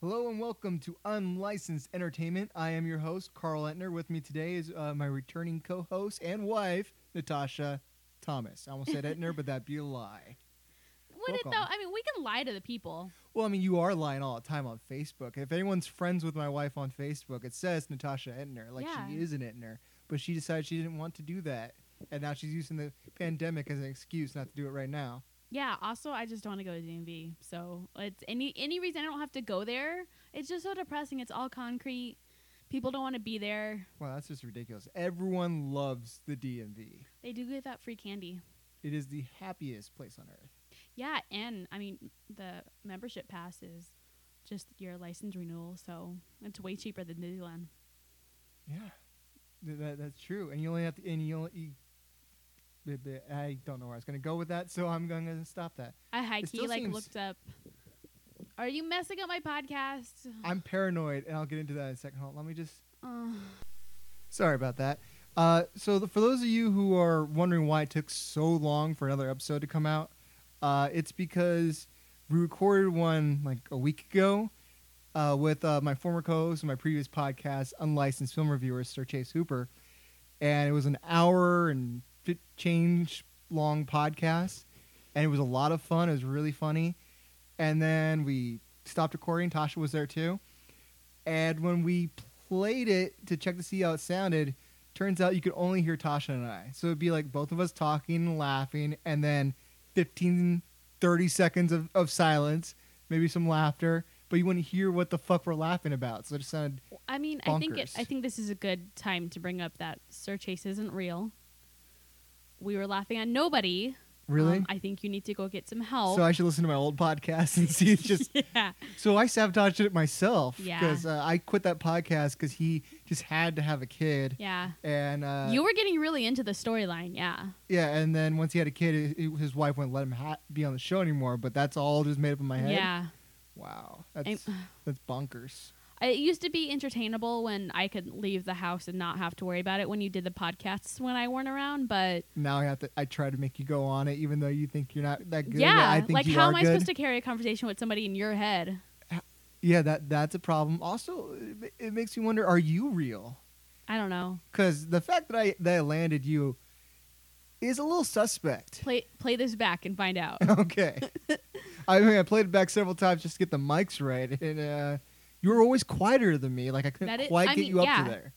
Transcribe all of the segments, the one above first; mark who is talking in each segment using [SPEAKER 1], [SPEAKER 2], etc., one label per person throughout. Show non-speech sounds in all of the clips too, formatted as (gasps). [SPEAKER 1] Hello and welcome to Unlicensed Entertainment. I am your host, Carl Etner. With me today is uh, my returning co host and wife, Natasha Thomas. I almost said Etner, but that'd be a lie.
[SPEAKER 2] Would it
[SPEAKER 1] Welcome.
[SPEAKER 2] though? I mean, we can lie to the people.
[SPEAKER 1] Well, I mean, you are lying all the time on Facebook. If anyone's friends with my wife on Facebook, it says Natasha Etner, like she
[SPEAKER 2] Yeah.
[SPEAKER 1] is an Etner. But she decided she didn't want to do that. And now she's using the pandemic as an excuse not to do it right now.
[SPEAKER 2] Yeah. Also, I just don't want to go to DMV. So it's any any reason I don't have to go there. It's just so depressing. It's all concrete. People don't want to be there.
[SPEAKER 1] Wow, that's just ridiculous. Everyone loves the DMV,
[SPEAKER 2] They do get that free candy.
[SPEAKER 1] it is the happiest place on earth.
[SPEAKER 2] Yeah, and I mean the membership pass is just your license renewal, so it's way cheaper than Disneyland.
[SPEAKER 1] Yeah, Th- that, that's true. And you only have to, and you only, you, the- the- I don't know where I was going to go with that, so I'm going to stop that.
[SPEAKER 2] I high
[SPEAKER 1] It
[SPEAKER 2] key
[SPEAKER 1] still
[SPEAKER 2] like
[SPEAKER 1] seems-
[SPEAKER 2] looked up. Are you messing up my podcast?
[SPEAKER 1] I'm paranoid, and I'll get into that in a second. Hold on, let me just.
[SPEAKER 2] Ugh.
[SPEAKER 1] Sorry about that. Uh, so the, for those of you who are wondering why it took so long for another episode to come out, uh, it's because we recorded one like a week ago uh, with uh, my former co-host of my previous podcast, unlicensed film reviewer Sir Chase Hooper, and it was an hour and fi- change long podcast, and it was a lot of fun. It was really funny, and then we stopped recording. Tasha was there too, and when we played it to check to see how it sounded, turns out you could only hear Tasha and I. So it'd be like both of us talking and laughing, and then 15, 30 seconds of, of silence, maybe some laughter, but you wouldn't hear what the fuck we're laughing about. So it just sounded,
[SPEAKER 2] I mean, I think it,
[SPEAKER 1] Bonkers.
[SPEAKER 2] I think this is a good time to bring up that Sir Chase isn't real. We were laughing at nobody.
[SPEAKER 1] really?
[SPEAKER 2] Um, I think you need to go get some help.
[SPEAKER 1] so I should listen to my old podcast and see it's just.
[SPEAKER 2] (laughs) yeah.
[SPEAKER 1] So I sabotaged it myself
[SPEAKER 2] Yeah.
[SPEAKER 1] because uh, I quit that podcast because he just had to have a kid.
[SPEAKER 2] Yeah.
[SPEAKER 1] And uh,
[SPEAKER 2] you were getting really into the storyline, yeah.
[SPEAKER 1] yeah, and then once he had a kid, i- i- his wife wouldn't let him ha- be on the show anymore. But that's all just made up in my head.
[SPEAKER 2] Yeah.
[SPEAKER 1] Wow,
[SPEAKER 2] (sighs)
[SPEAKER 1] that's that's bonkers.
[SPEAKER 2] I- It used to be entertainable when I could leave the house and not have to worry about it when you did the podcasts when I weren't around, but
[SPEAKER 1] Now I have to. I try to make you go on it, even though you think you're not that good. but
[SPEAKER 2] yeah,
[SPEAKER 1] I think
[SPEAKER 2] like
[SPEAKER 1] you
[SPEAKER 2] how
[SPEAKER 1] are
[SPEAKER 2] am I
[SPEAKER 1] good.
[SPEAKER 2] supposed to carry a conversation with somebody in your head?
[SPEAKER 1] Yeah, that that's a problem. Also, it, ma- it makes me wonder: Are you real?
[SPEAKER 2] I don't know.
[SPEAKER 1] Because the fact that I that I landed you is a little suspect.
[SPEAKER 2] Play play this back and
[SPEAKER 1] (laughs)
[SPEAKER 2] find out.
[SPEAKER 1] Okay, I mean I played it back several times just to get the mics right, and uh, you were always quieter than me. Like I couldn't
[SPEAKER 2] That is-
[SPEAKER 1] quite
[SPEAKER 2] I
[SPEAKER 1] get
[SPEAKER 2] mean,
[SPEAKER 1] you up
[SPEAKER 2] yeah.
[SPEAKER 1] to there.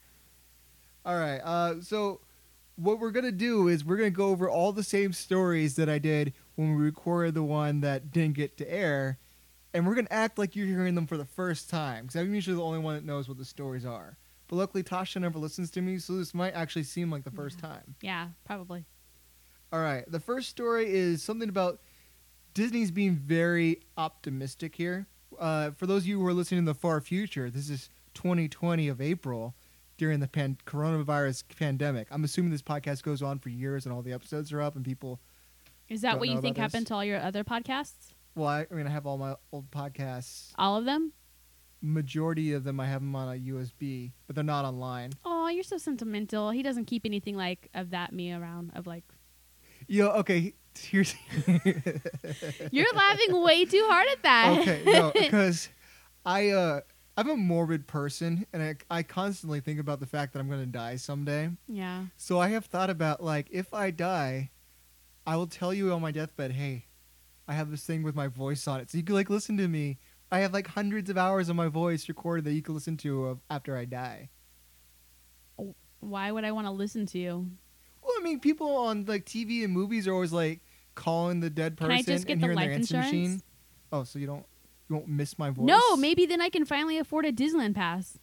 [SPEAKER 1] All right, uh, so what we're gonna do is we're gonna go over all the same stories that I did when we recorded the one that didn't get to air, and we're gonna act like you're hearing them for the first time because I'm usually the only one that knows what the stories are. But luckily, Tasha never listens to me, so this might actually seem like the first time.
[SPEAKER 2] yeah, probably.
[SPEAKER 1] All right, the first story is something about Disney's being very optimistic here. Uh, for those of you who are listening in the far future, this is 2020 of April during the pan- coronavirus pandemic. I'm assuming this podcast goes on for years and all the episodes are up and people.
[SPEAKER 2] Is that
[SPEAKER 1] Don't
[SPEAKER 2] what
[SPEAKER 1] know
[SPEAKER 2] you think
[SPEAKER 1] about this.
[SPEAKER 2] happened to all your other podcasts?
[SPEAKER 1] Well, I, I mean, I have all my old podcasts.
[SPEAKER 2] All of them?
[SPEAKER 1] Majority of them, I have them on a USB, but they're not online.
[SPEAKER 2] Oh, you're so sentimental. He doesn't keep anything like of that me around
[SPEAKER 1] (laughs)
[SPEAKER 2] of like
[SPEAKER 1] Yo, okay, (laughs) here's
[SPEAKER 2] You're laughing way too hard at that.
[SPEAKER 1] okay,
[SPEAKER 2] (laughs)
[SPEAKER 1] no, because I uh, I'm a morbid person, and I I constantly think about the fact that I'm gonna die someday.
[SPEAKER 2] yeah.
[SPEAKER 1] So I have thought about like if I die, I will tell you on my deathbed, hey, I have this thing with my voice on it, so you can like listen to me. I have like hundreds of hours of my voice recorded that you can listen to of after I die.
[SPEAKER 2] Why would I want to listen to you?
[SPEAKER 1] Well, I mean, people on like TV and movies are always like calling the dead
[SPEAKER 2] Can
[SPEAKER 1] person
[SPEAKER 2] I just get
[SPEAKER 1] and
[SPEAKER 2] the
[SPEAKER 1] hearing their
[SPEAKER 2] life
[SPEAKER 1] answer
[SPEAKER 2] insurance?
[SPEAKER 1] machine. Oh, so you don't you won't miss my voice?
[SPEAKER 2] No, maybe then I can finally afford a Disneyland pass.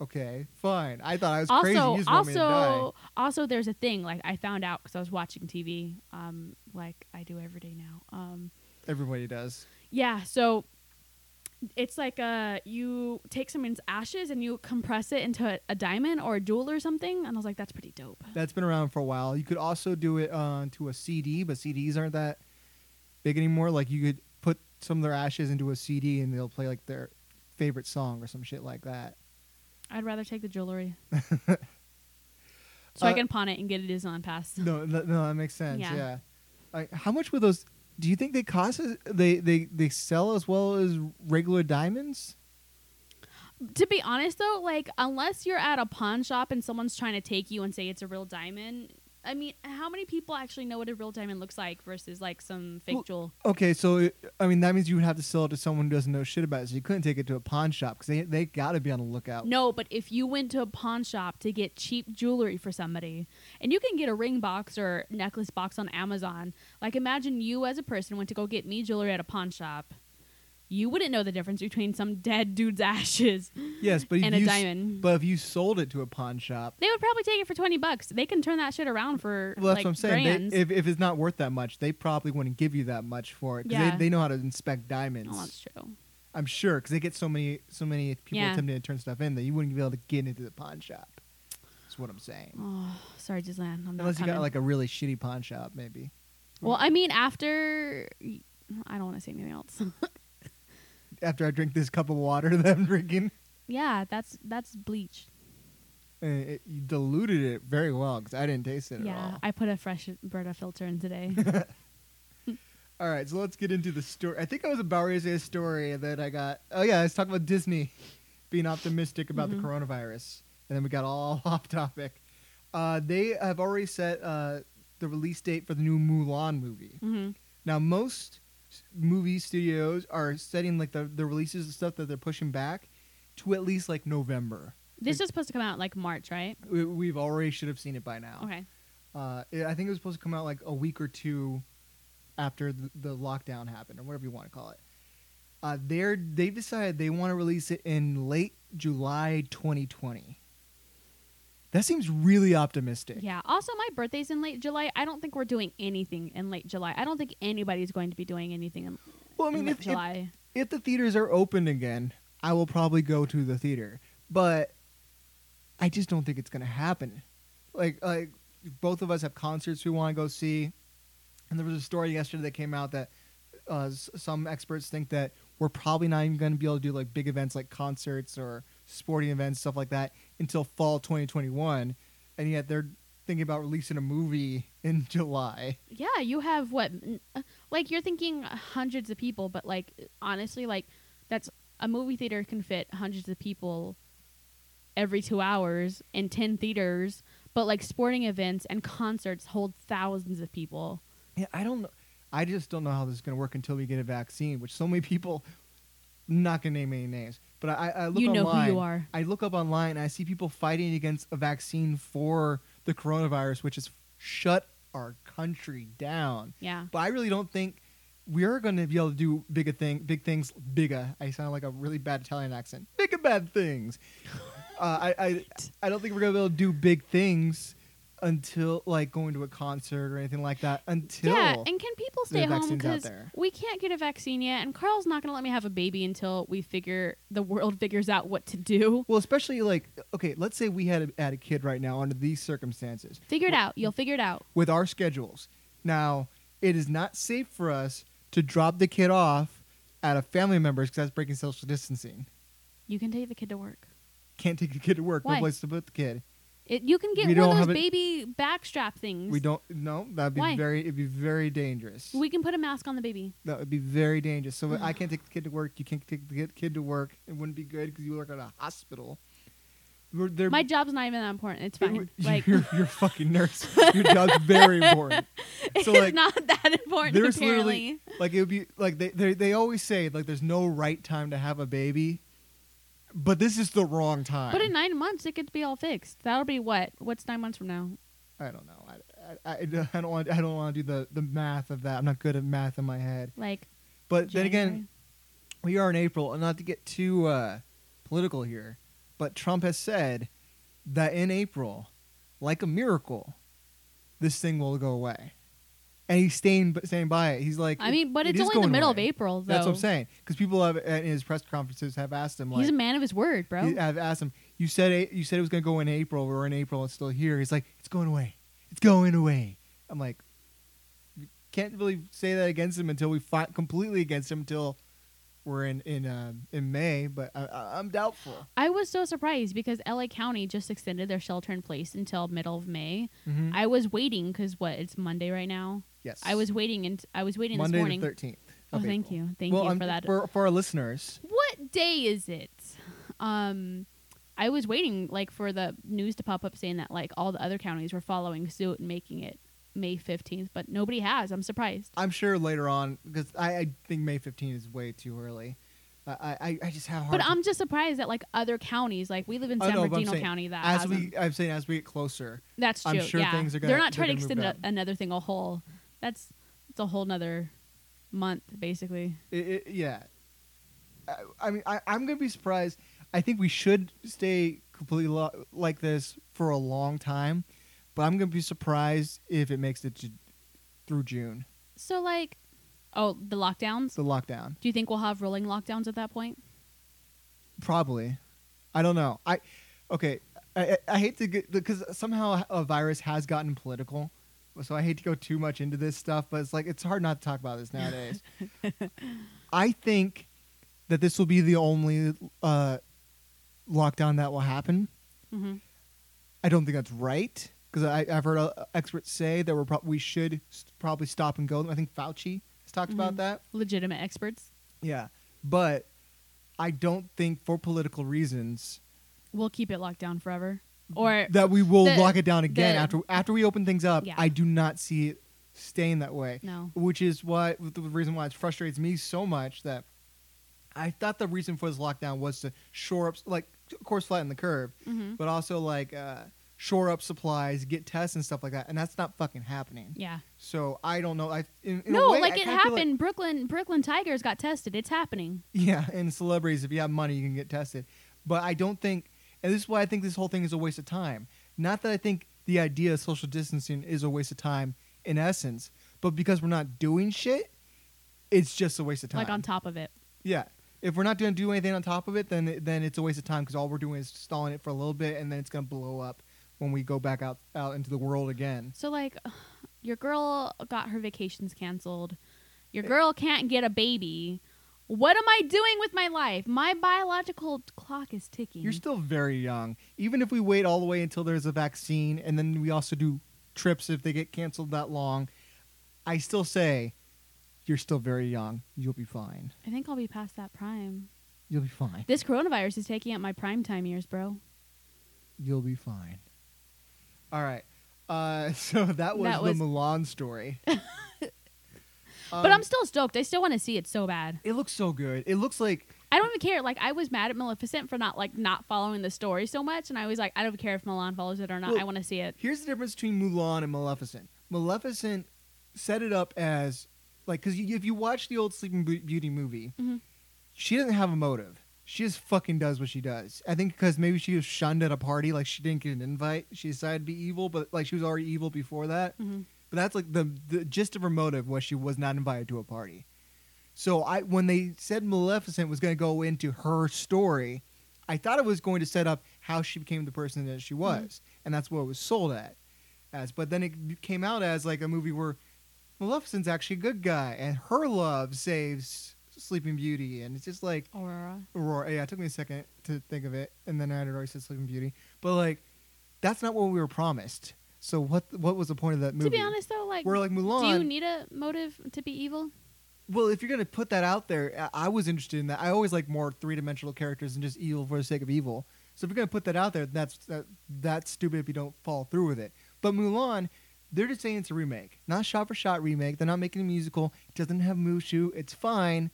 [SPEAKER 1] Okay, fine. I thought I was crazy. You
[SPEAKER 2] Also,
[SPEAKER 1] just want me to die.
[SPEAKER 2] also, also, there's a thing like I found out because I was watching TV, um, like I do every day now. Um,
[SPEAKER 1] Everybody does.
[SPEAKER 2] yeah, so it's like uh, you take someone's ashes and you compress it into a, a diamond or a jewel or something, and I was like, that's pretty dope.
[SPEAKER 1] That's been around for a while. You could also do it onto a CD, but CDs aren't that big anymore. Like you could put some of their ashes into a CD and they'll play like their favorite song or some shit like
[SPEAKER 2] (laughs)
[SPEAKER 1] that.
[SPEAKER 2] I'd rather take the jewelry. so I
[SPEAKER 1] Uh,
[SPEAKER 2] can pawn it and get a Disneyland pass.
[SPEAKER 1] No, th- no, that makes sense. Yeah.
[SPEAKER 2] Yeah.
[SPEAKER 1] Like, how much would those do you think they cost as, they, they they sell as well as regular diamonds?
[SPEAKER 2] To be honest though, like unless you're at a pawn shop and someone's trying to take you and say it's a real diamond, I mean, how many people actually know what a real diamond looks like versus like some fake
[SPEAKER 1] Well,
[SPEAKER 2] jewel?
[SPEAKER 1] Okay, so it, I mean that means you would have to sell it to someone who doesn't know shit about it. So you couldn't take it to a pawn shop because they they got to be on the lookout.
[SPEAKER 2] No, but if you went to a pawn shop to get cheap jewelry for somebody, and you can get a ring box or necklace box on Amazon, like imagine you as a person went to go get me jewelry at a pawn shop. You wouldn't know the difference between some dead dude's (laughs) ashes
[SPEAKER 1] Yes, but if
[SPEAKER 2] and
[SPEAKER 1] you
[SPEAKER 2] a
[SPEAKER 1] s-
[SPEAKER 2] diamond.
[SPEAKER 1] But if you sold it to a pawn shop,
[SPEAKER 2] they would probably take it for 20 bucks. They can turn that shit around for
[SPEAKER 1] well, that's
[SPEAKER 2] like
[SPEAKER 1] what I'm saying.
[SPEAKER 2] grands.
[SPEAKER 1] They, if if it's not worth that much, they probably wouldn't give you that much for it. 'cause
[SPEAKER 2] Yeah.
[SPEAKER 1] they, they know how to inspect diamonds.
[SPEAKER 2] oh, that's true.
[SPEAKER 1] I'm sure because they get so many so many people
[SPEAKER 2] Yeah.
[SPEAKER 1] attempting to turn stuff in that you wouldn't be able to get into the pawn shop. That's what I'm saying.
[SPEAKER 2] Oh, sorry, Gislan. I'm not
[SPEAKER 1] Unless you got
[SPEAKER 2] coming.
[SPEAKER 1] like a really shitty pawn shop, maybe.
[SPEAKER 2] Well, I mean, after I don't want to say anything else. (laughs)
[SPEAKER 1] After I drink this cup of water that I'm drinking,
[SPEAKER 2] yeah, that's that's bleach.
[SPEAKER 1] Uh, it, you diluted it very well because I didn't taste it at
[SPEAKER 2] Yeah,
[SPEAKER 1] all.
[SPEAKER 2] I put a fresh Brita filter
[SPEAKER 1] (laughs)
[SPEAKER 2] in today. (laughs)
[SPEAKER 1] All right, so let's get into the story. I think I was about to say a story that I got. Oh yeah, let's talk about Disney being optimistic about
[SPEAKER 2] Mhm.
[SPEAKER 1] the coronavirus, and then we got all (laughs) off topic. Uh, they have already set uh, the release date for the new Mulan movie.
[SPEAKER 2] mm-hmm.
[SPEAKER 1] Now, most s- movie studios are setting like the, the releases and stuff that they're pushing back to at least like November.
[SPEAKER 2] This is supposed to come out like March, right?
[SPEAKER 1] We, we've already should have seen it by now.
[SPEAKER 2] Okay.
[SPEAKER 1] Uh, it, I think it was supposed to come out like a week or two after the, the lockdown happened, or whatever you want to call it. Uh, they're they've decided they want to release it in late July 2020. That seems really optimistic.
[SPEAKER 2] Yeah. Also, my birthday's in late July. I don't think we're doing anything in late July. I don't think anybody's going to be doing anything in,
[SPEAKER 1] Well, I
[SPEAKER 2] in
[SPEAKER 1] mean,
[SPEAKER 2] late
[SPEAKER 1] if, if,
[SPEAKER 2] July.
[SPEAKER 1] if the theaters are open again, I will probably go to the theater. But I just don't think it's going to happen. Like like both of us have concerts we want to go see, and there was a story yesterday that came out that uh, s- some experts think that we're probably not even going to be able to do like big events like concerts or sporting events stuff like that until fall 2021, and yet they're thinking about releasing a movie in (laughs) July.
[SPEAKER 2] yeah, you have what? n- uh, Like, you're thinking hundreds of people, but like, honestly, like, that's a movie theater can fit hundreds of people every two hours in 10 theaters, but like, sporting events and concerts hold thousands of people.
[SPEAKER 1] Yeah, I don't know. I just don't know how this is going to work until we get a vaccine, which so many people, not going to name any names, but I, I look
[SPEAKER 2] you know
[SPEAKER 1] online.
[SPEAKER 2] who you are.
[SPEAKER 1] I look up online and I see people fighting against a vaccine for the coronavirus, which is shut our country down.
[SPEAKER 2] Yeah.
[SPEAKER 1] But I really don't think we're going to be able to do bigger thing, big things, bigger. I sound like a really bad Italian accent. Bigger bad
[SPEAKER 2] (laughs)
[SPEAKER 1] things. uh, I, I I don't think we're going to be able to do big things until like going to a concert or anything like that until
[SPEAKER 2] Yeah, and can people
[SPEAKER 1] the
[SPEAKER 2] stay home
[SPEAKER 1] vaccine's out
[SPEAKER 2] because
[SPEAKER 1] there.
[SPEAKER 2] we can't get a vaccine yet, and Carl's not going to let me have a baby until we figure the world (laughs) figures out what to do.
[SPEAKER 1] well, especially like okay, let's say we had a, had a kid right now under these circumstances.
[SPEAKER 2] Figure it out. You'll figure it out.
[SPEAKER 1] with our schedules. Now, it is not safe for us to drop the kid off at a family member's because that's breaking social distancing.
[SPEAKER 2] You can take the kid to work.
[SPEAKER 1] Can't take the kid to work.
[SPEAKER 2] Why?
[SPEAKER 1] No place to put the kid.
[SPEAKER 2] It, you can get
[SPEAKER 1] We
[SPEAKER 2] one
[SPEAKER 1] don't
[SPEAKER 2] of
[SPEAKER 1] have
[SPEAKER 2] those
[SPEAKER 1] it-
[SPEAKER 2] baby backstrap things.
[SPEAKER 1] We don't. No, that'd be
[SPEAKER 2] Why?
[SPEAKER 1] very. It'd be very dangerous.
[SPEAKER 2] We Mm. can put a mask on the baby.
[SPEAKER 1] that would be very dangerous. So I can't take the kid to work. You can't take the kid- kid to work. It wouldn't be good because you work at a hospital. We're, they're,
[SPEAKER 2] My job's not even that important.
[SPEAKER 1] (laughs)
[SPEAKER 2] It's fine. Like (laughs)
[SPEAKER 1] you're, you're a fucking nurse. Your job's very important.
[SPEAKER 2] it's
[SPEAKER 1] So like,
[SPEAKER 2] not that important.
[SPEAKER 1] there's
[SPEAKER 2] apparently,
[SPEAKER 1] literally like it would be like they, they they always say like there's no right time to have a baby, but this is the wrong time.
[SPEAKER 2] but in nine months it could be all fixed. That'll be what? What's nine months from now?
[SPEAKER 1] I don't know. I, I, I- I don't want I don't want to do the the math of that. I'm not good at math in my head.
[SPEAKER 2] Like
[SPEAKER 1] But then
[SPEAKER 2] January?
[SPEAKER 1] again, we are in April, and not to get too uh, political here, but Trump has said that in April, like a miracle, this thing will go away, and he's staying staying by it. He's like,
[SPEAKER 2] I mean, but
[SPEAKER 1] it
[SPEAKER 2] it's
[SPEAKER 1] is
[SPEAKER 2] only the
[SPEAKER 1] going
[SPEAKER 2] middle
[SPEAKER 1] away.
[SPEAKER 2] of April, though.
[SPEAKER 1] That's what I'm saying. Because people have in his press conferences have asked him like,
[SPEAKER 2] He's a man of his word, bro.
[SPEAKER 1] he- I've asked him, you said it, you said it was gonna go in April. We're in April. It's still here. He's like, it's going away. It's going away. I'm like, you can't really say that against him until we fight completely against him until were in in uh, in May, but I- I, I'm doubtful.
[SPEAKER 2] I was so surprised because LA County just extended their shelter in place until middle of May.
[SPEAKER 1] Mhm.
[SPEAKER 2] I was waiting because what it's Monday right now.
[SPEAKER 1] yes,
[SPEAKER 2] I was waiting and I was waiting
[SPEAKER 1] Monday
[SPEAKER 2] this morning.
[SPEAKER 1] the 13th.
[SPEAKER 2] oh,
[SPEAKER 1] of
[SPEAKER 2] thank
[SPEAKER 1] April.
[SPEAKER 2] you, thank
[SPEAKER 1] well,
[SPEAKER 2] you
[SPEAKER 1] I'm-
[SPEAKER 2] for that.
[SPEAKER 1] For, for our listeners,
[SPEAKER 2] what day is it? Um, I was waiting like for the news to pop up saying that like all the other counties were following suit and making it May fifteenth, but nobody has. I'm surprised.
[SPEAKER 1] I'm sure later on because I, I think May 15 is way too early. I I, I just have hard.
[SPEAKER 2] But
[SPEAKER 1] to-
[SPEAKER 2] I'm just surprised that like other counties, like we live in
[SPEAKER 1] Oh,
[SPEAKER 2] San
[SPEAKER 1] no, but I'm
[SPEAKER 2] Bernardino
[SPEAKER 1] saying,
[SPEAKER 2] County, that
[SPEAKER 1] as
[SPEAKER 2] has
[SPEAKER 1] we
[SPEAKER 2] them.
[SPEAKER 1] I'm saying as we get closer,
[SPEAKER 2] That's true.
[SPEAKER 1] I'm sure
[SPEAKER 2] yeah,
[SPEAKER 1] things are gonna-
[SPEAKER 2] they're not
[SPEAKER 1] they're
[SPEAKER 2] trying to
[SPEAKER 1] gonna
[SPEAKER 2] extend
[SPEAKER 1] move
[SPEAKER 2] a,
[SPEAKER 1] down.
[SPEAKER 2] another thing a whole. That's it's a whole nother month basically.
[SPEAKER 1] it, it, yeah. I, I mean, I, I'm gonna be surprised. I think we should stay completely lo- like this for a long time, but I'm gonna be surprised if it makes it ju- through June.
[SPEAKER 2] So like, oh, the lockdowns.
[SPEAKER 1] The lockdown.
[SPEAKER 2] Do you think we'll have rolling lockdowns at that point?
[SPEAKER 1] Probably. I don't know. I okay. I, I- I hate to get because somehow a virus has gotten political, so I hate to go too much into this stuff. But it's like it's hard not to talk about this nowadays. I think that this will be the only uh, lockdown that will happen.
[SPEAKER 2] Mm-hmm.
[SPEAKER 1] I don't think that's right because I've heard uh, experts say that we're prob we should s- probably stop and go. I think Fauci has talked about
[SPEAKER 2] Mhm.
[SPEAKER 1] that.
[SPEAKER 2] Legitimate experts.
[SPEAKER 1] Yeah, but I don't think for political reasons
[SPEAKER 2] We'll keep it locked down forever.
[SPEAKER 1] Mm-hmm.
[SPEAKER 2] Or
[SPEAKER 1] that we will
[SPEAKER 2] The-
[SPEAKER 1] lock it down again
[SPEAKER 2] the-
[SPEAKER 1] after after we open things up.
[SPEAKER 2] Yeah.
[SPEAKER 1] I do not see it staying that way,
[SPEAKER 2] no.
[SPEAKER 1] which is why the reason why it frustrates me so much that I thought the reason for this lockdown was to shore up, like of course flatten the curve,
[SPEAKER 2] hmm
[SPEAKER 1] but also like uh, shore up supplies, get tests and stuff like that, and that's not fucking happening.
[SPEAKER 2] Yeah.
[SPEAKER 1] So I don't know. I in, in a
[SPEAKER 2] no,
[SPEAKER 1] way,
[SPEAKER 2] like
[SPEAKER 1] I
[SPEAKER 2] it
[SPEAKER 1] kinda feel
[SPEAKER 2] happened. Brooklyn Brooklyn Tigers got tested. It's happening.
[SPEAKER 1] Yeah, and celebrities, if you have money, you can get tested. But I don't think, and this is why I think this whole thing is a waste of time. Not that I think the idea of social distancing is a waste of time in essence, but because we're not doing shit, it's just a waste of time.
[SPEAKER 2] Like on top of it.
[SPEAKER 1] Yeah. If we're not going to do anything on top of it, then it- then it's a waste of time because all we're doing is stalling it for a little bit, and then it's going to blow up when we go back out out into the world again.
[SPEAKER 2] So like, your girl got her vacations canceled. Your
[SPEAKER 1] Eh.
[SPEAKER 2] girl can't get a baby. What am I doing with my life? My biological clock is ticking.
[SPEAKER 1] You're still very young. Even if we wait all the way until there's a vaccine and then we also do trips if they get canceled that long, I still say you're still very young. You'll be fine.
[SPEAKER 2] I think I'll be past that prime.
[SPEAKER 1] You'll be fine.
[SPEAKER 2] This coronavirus is taking up my prime time years,
[SPEAKER 1] Um,
[SPEAKER 2] bro.
[SPEAKER 1] You'll be fine. All right. Uh, (laughs) so that was,
[SPEAKER 2] That was-
[SPEAKER 1] the Milan story.
[SPEAKER 2] (laughs) but
[SPEAKER 1] Um,
[SPEAKER 2] I'm still stoked. I still want to see it so bad.
[SPEAKER 1] It looks so good. It looks like
[SPEAKER 2] I don't even care. Like I was mad at Maleficent for not like not following the story so much, and I was like, I don't care if Milan follows it or not.
[SPEAKER 1] Well,
[SPEAKER 2] I want to see it.
[SPEAKER 1] Here's the difference between Mulan and Maleficent. Maleficent set it up as like because if you watch the old Sleeping Beau- Beauty movie,
[SPEAKER 2] Mhm.
[SPEAKER 1] she doesn't have a motive. She just fucking does what she does. I think because maybe she was shunned at a party, like she didn't get an invite. She decided to be evil, but like she was already evil before that.
[SPEAKER 2] hmm
[SPEAKER 1] But that's like the the gist of her motive was she was not invited to a party. So I when they said Maleficent was going to go into her story, I thought it was going to set up how she became the person that she
[SPEAKER 2] Mm-hmm.
[SPEAKER 1] was, and that's what it was sold at as. But then it be- came out as like a movie where Maleficent's actually a good guy, and her love saves Sleeping Beauty, and it's just like
[SPEAKER 2] Aurora.
[SPEAKER 1] Aurora. Yeah, it took me a second to think of it, and then I had already said Sleeping Beauty. But like, that's not what we were promised. So what what was the point of that movie?
[SPEAKER 2] To be honest, though, like,
[SPEAKER 1] we're like Mulan.
[SPEAKER 2] do you need a motive to be evil?
[SPEAKER 1] well, if you're gonna put that out there, I, I was interested in that. I always like more three dimensional characters than just evil for the sake of evil. So if you're gonna put that out there, that's that, that's stupid if you don't follow through with it. But Mulan, they're just saying it's a remake, not shot for shot remake. They're not making a musical. It doesn't have Mushu. It's fine.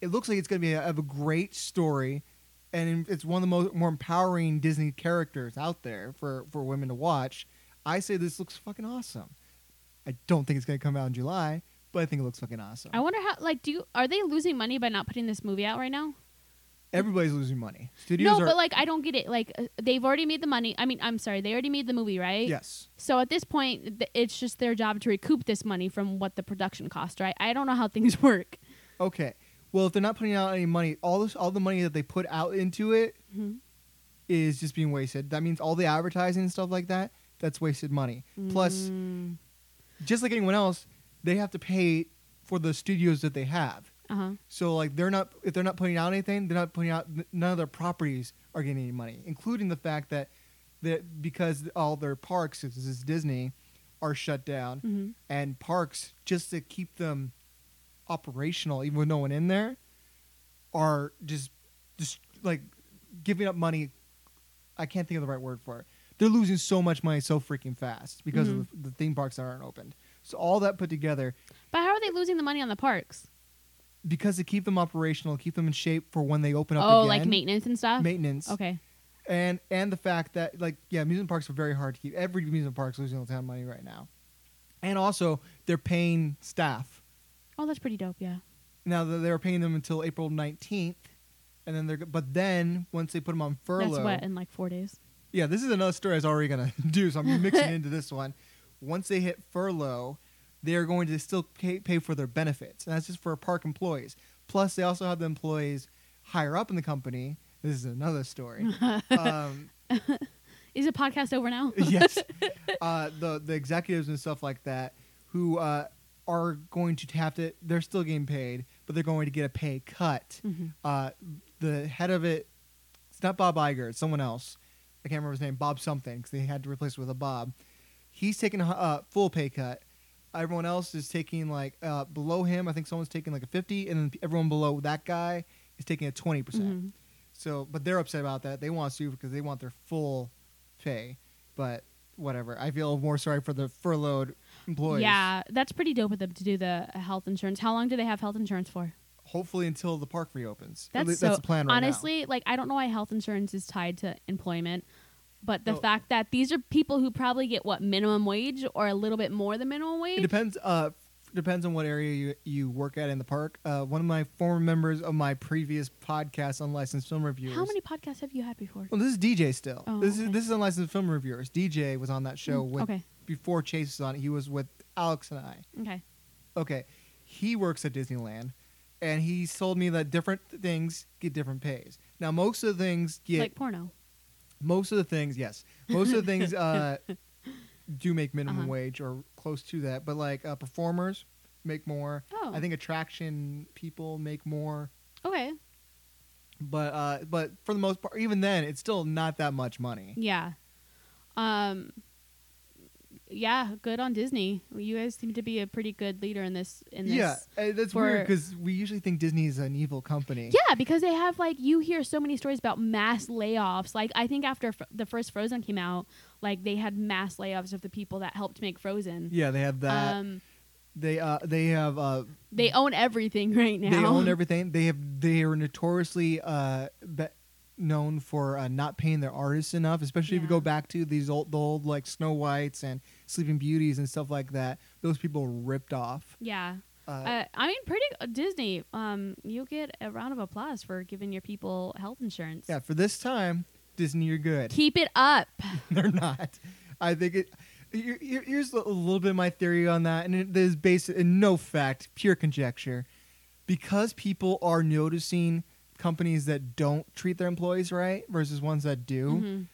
[SPEAKER 1] It looks like it's gonna be a, have a great story, and it's one of the most more empowering Disney characters out there for for women to watch. I say this looks fucking awesome. I don't think it's gonna come out in July, but I think it looks fucking awesome.
[SPEAKER 2] I wonder how. Like, do you, are they losing money by not putting this movie out right now?
[SPEAKER 1] Everybody's losing money. Studios
[SPEAKER 2] No,
[SPEAKER 1] are
[SPEAKER 2] but like, I don't get it. Like, uh, they've already made the money. I mean, I'm sorry, they already made the movie, right?
[SPEAKER 1] yes.
[SPEAKER 2] So at this point, th- it's just their job to recoup this money from what the production cost, right? I don't know how things (laughs) work.
[SPEAKER 1] Okay. Well, if they're not putting out any money, all this, all the money that they put out into it is
[SPEAKER 2] Mhm.
[SPEAKER 1] just being wasted. That means all the advertising and stuff like that. That's wasted money. Plus,
[SPEAKER 2] Mm.
[SPEAKER 1] just like anyone else, they have to pay for the studios that they have.
[SPEAKER 2] Uh huh.
[SPEAKER 1] So like they're not if they're not putting out anything, they're not putting out none of their properties are getting any money, including the fact that that because all their parks, this is Disney, are shut down,
[SPEAKER 2] hmm
[SPEAKER 1] and parks just to keep them operational, even with no one in there, are just just like giving up money. I can't think of the right word for it. They're losing so much money so freaking fast because of
[SPEAKER 2] Mm-hmm.
[SPEAKER 1] the, the theme parks that aren't opened. So all that put together,
[SPEAKER 2] But how are they losing the money on the parks?
[SPEAKER 1] because to keep them operational, keep them in shape for when they open up.
[SPEAKER 2] Oh,
[SPEAKER 1] again,
[SPEAKER 2] like maintenance and stuff.
[SPEAKER 1] maintenance.
[SPEAKER 2] Okay.
[SPEAKER 1] and and the fact that like yeah, amusement parks are very hard to keep. Every amusement park's losing all the time money right now, and also they're paying staff.
[SPEAKER 2] Oh, that's pretty dope. Yeah.
[SPEAKER 1] Now th- they were paying them until April nineteenth, and then they're g- but then once they put them on furlough,
[SPEAKER 2] That's what in like four days.
[SPEAKER 1] yeah, this is another story I was already gonna (laughs) do, so I'm mixing into this one. Once they hit furlough, they are going to still pay, pay for their benefits, and that's just for park employees. Plus, they also have the employees higher up in the company. This is another story. um,
[SPEAKER 2] Is the podcast over
[SPEAKER 1] (laughs)
[SPEAKER 2] now?
[SPEAKER 1] yes, uh, the the executives and stuff like that who uh, are going to have to. They're still getting paid, but they're going to get a pay cut.
[SPEAKER 2] Mhm.
[SPEAKER 1] Uh, the head of it, it's not Bob Iger, it's someone else. I can't remember his name, Bob something, because they had to replace it with a Bob. He's taking a uh, full pay cut. Everyone else is taking like uh, below him. I think someone's taking like a fifty, and then everyone below that guy is taking a twenty percent.
[SPEAKER 2] Mhm.
[SPEAKER 1] So, but they're upset about that. They want to sue because they want their full pay. But whatever. I feel more sorry for the furloughed employees.
[SPEAKER 2] Yeah, that's pretty dope of them to do the uh, health insurance. How long do they have health insurance for?
[SPEAKER 1] Hopefully, until the park reopens. At
[SPEAKER 2] That's
[SPEAKER 1] least
[SPEAKER 2] so
[SPEAKER 1] that's the plan. Right now.
[SPEAKER 2] honestly, like I don't know why health insurance is tied to employment, but the
[SPEAKER 1] Well-
[SPEAKER 2] fact that these are people who probably get what minimum wage or a little bit more than minimum
[SPEAKER 1] it
[SPEAKER 2] wage.
[SPEAKER 1] depends. Uh, depends on what area you you work at in the park. Uh, one of my former members of my previous podcast, Unlicensed Film Reviewers.
[SPEAKER 2] How many podcasts have you had before?
[SPEAKER 1] Well, this is DJ still.
[SPEAKER 2] Oh,
[SPEAKER 1] this is
[SPEAKER 2] okay.
[SPEAKER 1] this is Unlicensed Film Reviewers. DJ was on that show
[SPEAKER 2] Mm,
[SPEAKER 1] with
[SPEAKER 2] okay.
[SPEAKER 1] before Chase was on. it. He was with Alex and I.
[SPEAKER 2] Okay.
[SPEAKER 1] okay, he works at Disneyland, and he told me that different things get different pays. Now, most of the things get
[SPEAKER 2] Like porno.
[SPEAKER 1] most of the things, yes, most of the things
[SPEAKER 2] (laughs)
[SPEAKER 1] uh, do make minimum
[SPEAKER 2] Uh-huh.
[SPEAKER 1] wage or close to that. But like uh, performers make more.
[SPEAKER 2] Oh.
[SPEAKER 1] I think attraction people make more.
[SPEAKER 2] Okay.
[SPEAKER 1] But uh, but for the most part, even then, it's still not that much money.
[SPEAKER 2] Yeah. Um yeah, good on Disney. You guys seem to be a pretty good leader in this in this
[SPEAKER 1] Yeah, uh, that's
[SPEAKER 2] for-
[SPEAKER 1] weird because we usually think Disney is an evil company.
[SPEAKER 2] Yeah, because they have like you hear so many stories about mass layoffs. Like I think after f- the first Frozen came out, like they had mass layoffs of the people that helped make Frozen.
[SPEAKER 1] Yeah, they have that.
[SPEAKER 2] Um,
[SPEAKER 1] they uh, they have uh,
[SPEAKER 2] they own everything (laughs) right now.
[SPEAKER 1] They own everything. They have. They are notoriously uh, be- known for uh, not paying their artists enough, especially if you
[SPEAKER 2] Yeah.
[SPEAKER 1] go back to these old, the old like Snow Whites and Sleeping Beauties and stuff like that. Those people were ripped off.
[SPEAKER 2] Yeah.
[SPEAKER 1] Uh,
[SPEAKER 2] Uh, I mean, pretty uh, Disney. Um, you get a round of applause for giving your people health insurance.
[SPEAKER 1] yeah, for this time, Disney, you're good.
[SPEAKER 2] Keep it up.
[SPEAKER 1] (laughs) They're not. I think it. here- here- Here's a little bit of my theory on that, and it is based in no fact, pure conjecture. Because people are noticing companies that don't treat their employees right versus ones that do.
[SPEAKER 2] Mhm.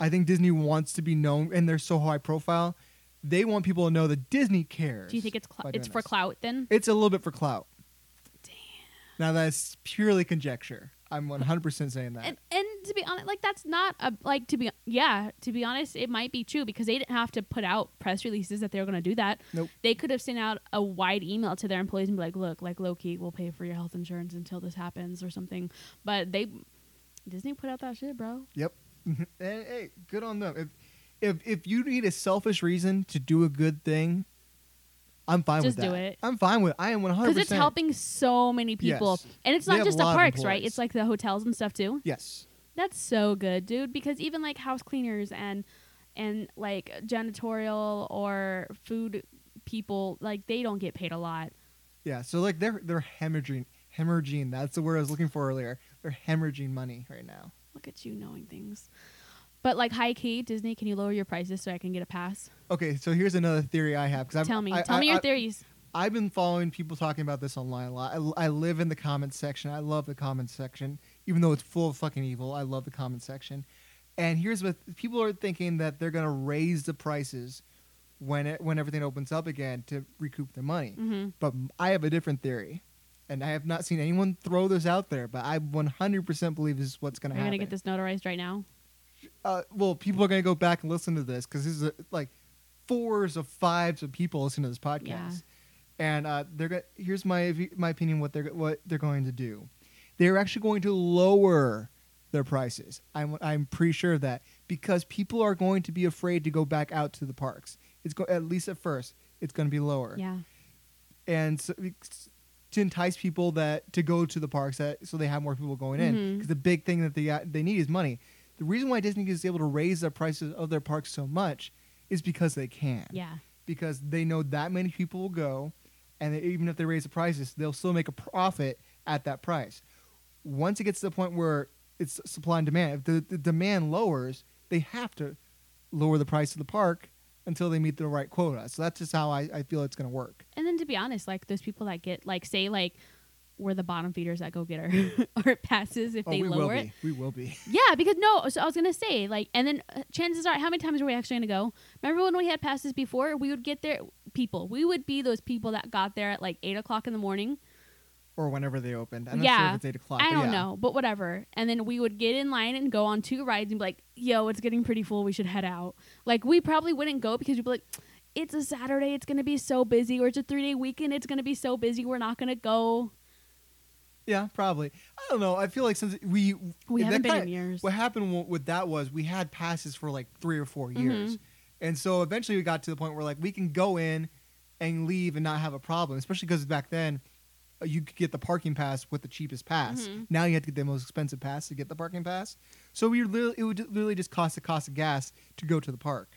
[SPEAKER 1] I think Disney wants to be known, and they're so high profile. They want people to know that Disney cares.
[SPEAKER 2] Do you think it's cl-
[SPEAKER 1] by doing
[SPEAKER 2] it's for
[SPEAKER 1] this.
[SPEAKER 2] clout then?
[SPEAKER 1] It's a little bit for clout. Damn. Now that's purely conjecture. I'm 100 percent saying that.
[SPEAKER 2] and and to be honest, like that's not a like to be yeah to be honest, it might be true because they didn't have to put out press releases that they were going to do that.
[SPEAKER 1] Nope.
[SPEAKER 2] They could have sent out a wide email to their employees and be like, "Look, like low key, we'll pay for your health insurance until this happens or something." But they Disney put out that shit, bro.
[SPEAKER 1] Yep. (laughs) and, hey, good on them. If, if if you need a selfish reason to do a good thing, I'm fine
[SPEAKER 2] Just
[SPEAKER 1] with that.
[SPEAKER 2] do it.
[SPEAKER 1] I'm fine with. I am 100.
[SPEAKER 2] Because it's helping so many people,
[SPEAKER 1] Yes.
[SPEAKER 2] and it's
[SPEAKER 1] They
[SPEAKER 2] not
[SPEAKER 1] have
[SPEAKER 2] just
[SPEAKER 1] a
[SPEAKER 2] the
[SPEAKER 1] lot of
[SPEAKER 2] parks, right?
[SPEAKER 1] employees.
[SPEAKER 2] It's like the hotels and stuff too.
[SPEAKER 1] Yes.
[SPEAKER 2] That's so good, dude. Because even like house cleaners and and like janitorial or food people, like they don't get paid a lot.
[SPEAKER 1] Yeah. So like they're they're hemorrhaging hemorrhaging. That's the word I was looking for earlier. They're hemorrhaging money right now.
[SPEAKER 2] Look at you knowing things. But like high key, Disney, can you lower your prices so I can get a pass?
[SPEAKER 1] Okay, so here's another theory I have because
[SPEAKER 2] tell me,
[SPEAKER 1] I,
[SPEAKER 2] tell me
[SPEAKER 1] I-
[SPEAKER 2] your
[SPEAKER 1] I-
[SPEAKER 2] theories.
[SPEAKER 1] I've been following people talking about this online a lot. I, I live in the comments section. I love the comments section, even though it's full of fucking evil. I love the comments section. And here's what people are thinking that they're gonna raise the prices when it when everything opens up again to recoup their money.
[SPEAKER 2] hmm
[SPEAKER 1] But I have a different theory. and I have not seen anyone throw this out there, but I 100% believe this is what's going
[SPEAKER 2] We're
[SPEAKER 1] to
[SPEAKER 2] going
[SPEAKER 1] happen.
[SPEAKER 2] to get this notarized right now.
[SPEAKER 1] Uh, well, people are going to go back and listen to this because this is uh like fours of fives of people listening to this podcast,
[SPEAKER 2] Yeah.
[SPEAKER 1] and uh, they're going. Here's my my opinion. What they're what they're going to do, they're actually going to lower their prices. I'm I'm pretty sure of that because people are going to be afraid to go back out to the parks. It's go at least at first. It's going to be lower
[SPEAKER 2] Yeah.
[SPEAKER 1] and so, to entice people that to go to the parks that so they have more people going in
[SPEAKER 2] Mhm.
[SPEAKER 1] because the big thing that they got, they need is money. The reason why Disney is able to raise the prices of their parks so much is because they can.
[SPEAKER 2] Yeah.
[SPEAKER 1] Because they know that many people will go, and they, even if they raise the prices, they'll still make a profit at that price. Once it gets to the point where it's supply and demand, if the, the demand lowers, they have to lower the price of the park until they meet the right quota. So that's just how I, I feel it's going to work.
[SPEAKER 2] And then to be honest, like those people that get like say like we're the bottom feeders that go get our (laughs) art passes if they
[SPEAKER 1] Oh, we will
[SPEAKER 2] lower it.
[SPEAKER 1] Be. We will be. (laughs)
[SPEAKER 2] Yeah, because no, so I was gonna say like, and then uh, chances are, how many times are we actually gonna go? Remember when we had passes before? We would get there, people. We would be those people that got there at like eight o'clock in the morning.
[SPEAKER 1] Or whenever they opened. I'm not sure
[SPEAKER 2] Yeah.
[SPEAKER 1] if it's 8 o'clock.
[SPEAKER 2] I
[SPEAKER 1] but
[SPEAKER 2] don't
[SPEAKER 1] yeah.
[SPEAKER 2] know, but whatever. And then we would get in line and go on two rides and be like, "Yo, it's getting pretty full. We should head out." Like we probably wouldn't go because we'd be like, "It's a Saturday. It's gonna be so busy, or it's a three day weekend. It's gonna be so busy. We're not gonna go."
[SPEAKER 1] Yeah, probably. I don't know. I feel like since we.
[SPEAKER 2] We
[SPEAKER 1] that
[SPEAKER 2] haven't been
[SPEAKER 1] kinda-
[SPEAKER 2] in years.
[SPEAKER 1] What happened wa- with that was we had passes for like three or four years. And so eventually we got to the point where like we can go in and leave and not have a problem, especially because back then uh, you could get the parking pass with the cheapest pass.
[SPEAKER 2] Mhm.
[SPEAKER 1] Now you have to get the most expensive pass to get the parking pass. So we literally, it would literally just cost the cost of gas to go to the park.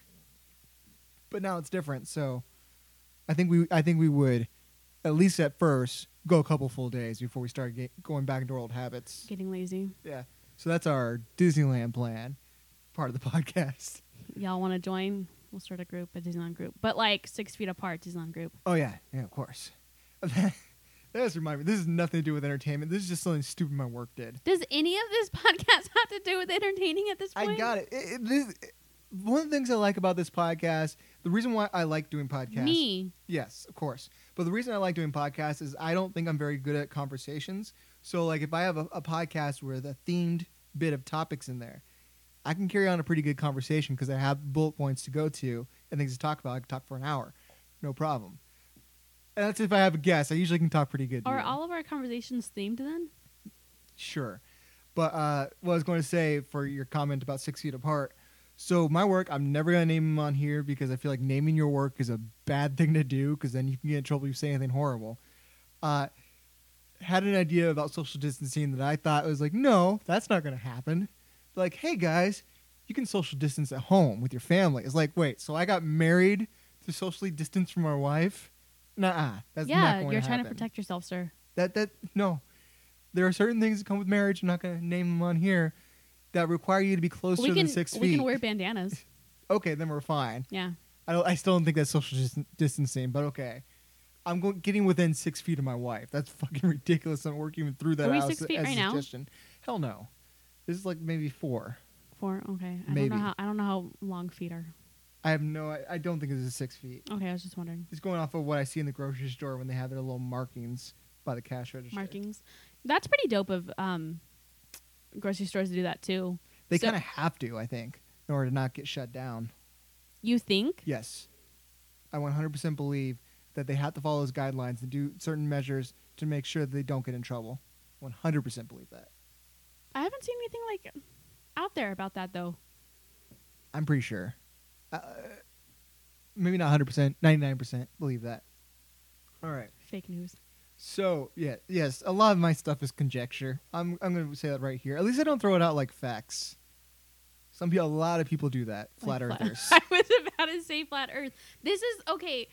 [SPEAKER 1] But now it's different. So I think we I think we would at least at first go a couple full days before we start get, going back into our old habits.
[SPEAKER 2] Getting lazy.
[SPEAKER 1] Yeah. So that's our Disneyland plan, part of the (laughs) podcast.
[SPEAKER 2] Y'all want to join? We'll start a group, a Disneyland group, but like six feet apart, Disneyland group.
[SPEAKER 1] Oh yeah, yeah, of course. (laughs) that just reminded me. This is nothing to do with entertainment. This is just something stupid my work did.
[SPEAKER 2] Does any of this (laughs) podcast have to do with entertaining at this point?
[SPEAKER 1] I got it. It- it- this, it- One of the things I like about this podcast, the reason why I like doing podcasts,
[SPEAKER 2] Me.
[SPEAKER 1] yes, of course, but the reason I like doing podcasts is I don't think I'm very good at conversations. So, like, if I have a, a podcast with a themed bit of topics in there, I can carry on a pretty good conversation because I have bullet points to go to and things to talk about. I can talk for an hour, no problem. And that's if I have a guest. I usually can talk pretty good. to
[SPEAKER 2] Are
[SPEAKER 1] them.
[SPEAKER 2] all of our conversations themed then?
[SPEAKER 1] Sure. But uh, what I was going to say for your comment about six feet apart. So my work, I'm never going to name them on here because I feel like naming your work is a bad thing to do because then you can get in trouble if you say anything horrible. Uh, had an idea about social distancing that I thought was like, no, that's not going to happen. Like, hey guys, you can social distance at home with your family. It's like, wait, so I got married to socially distance from my wife? Nah, that's not
[SPEAKER 2] yeah,
[SPEAKER 1] going
[SPEAKER 2] you're
[SPEAKER 1] to
[SPEAKER 2] trying to
[SPEAKER 1] happen.
[SPEAKER 2] protect yourself, sir.
[SPEAKER 1] That that no. There are certain things that come with marriage. I'm not going to name them on here. That require you to be closer
[SPEAKER 2] we
[SPEAKER 1] than
[SPEAKER 2] can
[SPEAKER 1] six
[SPEAKER 2] we
[SPEAKER 1] feet. (laughs)
[SPEAKER 2] can wear bandanas.
[SPEAKER 1] okay, then we're fine.
[SPEAKER 2] Yeah,
[SPEAKER 1] I don't. I still don't think that's social dis- distancing, but okay. I'm going getting within six feet of my wife. That's (laughs) fucking ridiculous. I'm working even through that
[SPEAKER 2] Are we
[SPEAKER 1] out
[SPEAKER 2] six
[SPEAKER 1] as-
[SPEAKER 2] feet
[SPEAKER 1] as a
[SPEAKER 2] right now?
[SPEAKER 1] suggestion. Hell no. This is like maybe four.
[SPEAKER 2] four. Okay, I
[SPEAKER 1] Maybe.
[SPEAKER 2] don't know how I don't know how long feet are.
[SPEAKER 1] I have no. I, I don't think this is six feet.
[SPEAKER 2] Okay, I was just wondering
[SPEAKER 1] It's going off of what I see in the grocery store when they have their little markings by the cash register.
[SPEAKER 2] markings. That's pretty dope of um, grocery stores to do that too.
[SPEAKER 1] They
[SPEAKER 2] So-
[SPEAKER 1] kind of have to, I think, in order to not get shut down.
[SPEAKER 2] You think?
[SPEAKER 1] Yes. I 100% believe that they have to follow those guidelines and do certain measures to make sure that they don't get in trouble. 100% believe that.
[SPEAKER 2] I haven't seen anything like out there about that though.
[SPEAKER 1] I'm pretty sure. Uh, maybe not 100%, 99% believe that. All right.
[SPEAKER 2] Fake news. (laughs)
[SPEAKER 1] So, yeah, yes, a lot of my stuff is conjecture. I'm I'm going to say that right here. At least I don't throw it out like facts. Some people, a lot of people do that. Flat
[SPEAKER 2] Like
[SPEAKER 1] earthers.
[SPEAKER 2] (laughs) I was about to say flat Earth. This is okay.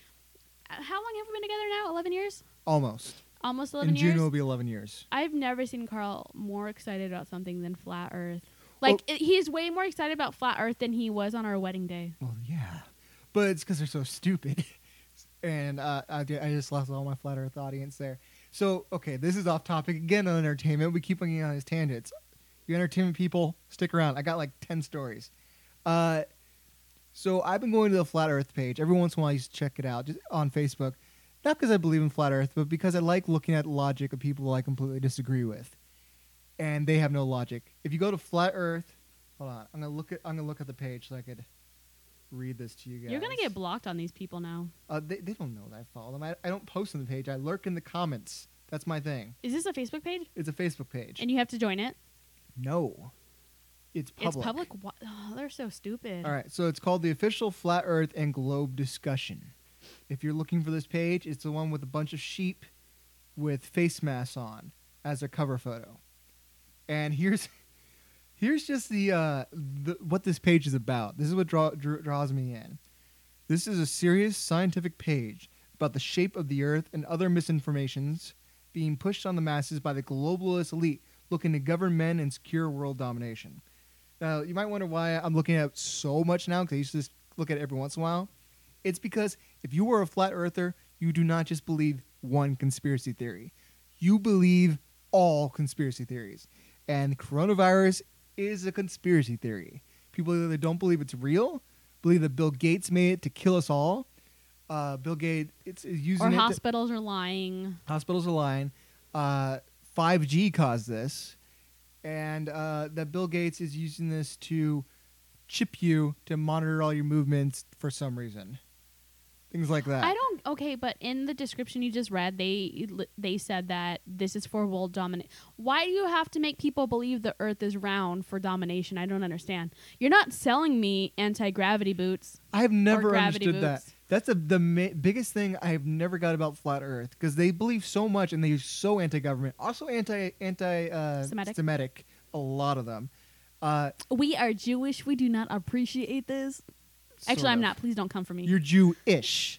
[SPEAKER 2] uh, How long have we been together now? Eleven years?
[SPEAKER 1] Almost.
[SPEAKER 2] Almost eleven
[SPEAKER 1] In June
[SPEAKER 2] years.
[SPEAKER 1] will be 11 years.
[SPEAKER 2] I've never seen Carl more excited about something than flat Earth. Like
[SPEAKER 1] Oh.
[SPEAKER 2] it, he's way more excited about flat Earth than he was on our wedding day.
[SPEAKER 1] Well, yeah, but it's because they're so stupid. and uh, I, ju- I just lost all my flat Earth audience there. So okay, this is off topic again on entertainment. We keep on getting on these tangents. You entertainment people, stick around. I got like ten stories. Uh, so I've been going to the flat Earth page every once in a while. I used to check it out just on Facebook, Not because I believe in flat Earth, but because I like looking at logic of people I completely disagree with, and they have no logic. If you go to flat Earth, hold on, I'm gonna look at I'm gonna look at the page so I could read this to you guys.
[SPEAKER 2] You're gonna get blocked on these people now.
[SPEAKER 1] Uh, they, they don't know that I follow them. I, I don't post on the page. I lurk in the comments. That's my thing.
[SPEAKER 2] Is this a Facebook page?
[SPEAKER 1] It's a Facebook page.
[SPEAKER 2] And you have to join it.
[SPEAKER 1] no, it's public.
[SPEAKER 2] It's public. Wha- Oh, they're so stupid.
[SPEAKER 1] All right, so it's called the official Flat Earth and Globe Discussion. If you're looking for this page, it's the one with a bunch of sheep with face masks on as their cover photo. And here's (laughs) here's just the, uh, the what this page is about. This is what draw, dr- draws me in. This is a serious scientific page about the shape of the Earth and other misinformations being pushed on the masses by the globalist elite looking to govern men and secure world domination. Now, you might wonder why I'm looking at it so much now because I used to just look at it every once in a while. It's because if you were a flat earther, you do not just believe one conspiracy theory, you believe all conspiracy theories. And coronavirus is a conspiracy theory. People either don't believe it's real, believe that Bill Gates made it to kill us all. Uh, Bill Gates, it's is using
[SPEAKER 2] Or
[SPEAKER 1] it. to-
[SPEAKER 2] hospitals are lying.
[SPEAKER 1] hospitals are lying. Uh, 5G caused this, and uh, that Bill Gates is using this to chip you to monitor all your movements for some reason. Things like that.
[SPEAKER 2] I don't. Okay, but in the description you just read, they they said that this is for world domination. Why do you have to make people believe the Earth is round for domination? I don't understand. You're not selling me anti gravity boots.
[SPEAKER 1] I've never
[SPEAKER 2] gravity
[SPEAKER 1] understood that.
[SPEAKER 2] boots.
[SPEAKER 1] That's a, the ma- biggest thing I've never got about flat Earth because they believe so much and they're so anti-government, also anti anti uh,
[SPEAKER 2] Semitic.
[SPEAKER 1] Semitic. A lot of them. Uh,
[SPEAKER 2] We are Jewish. We do not appreciate this. Actually,
[SPEAKER 1] sort
[SPEAKER 2] I'm
[SPEAKER 1] of.
[SPEAKER 2] not. Please don't come for me.
[SPEAKER 1] You're Jewish.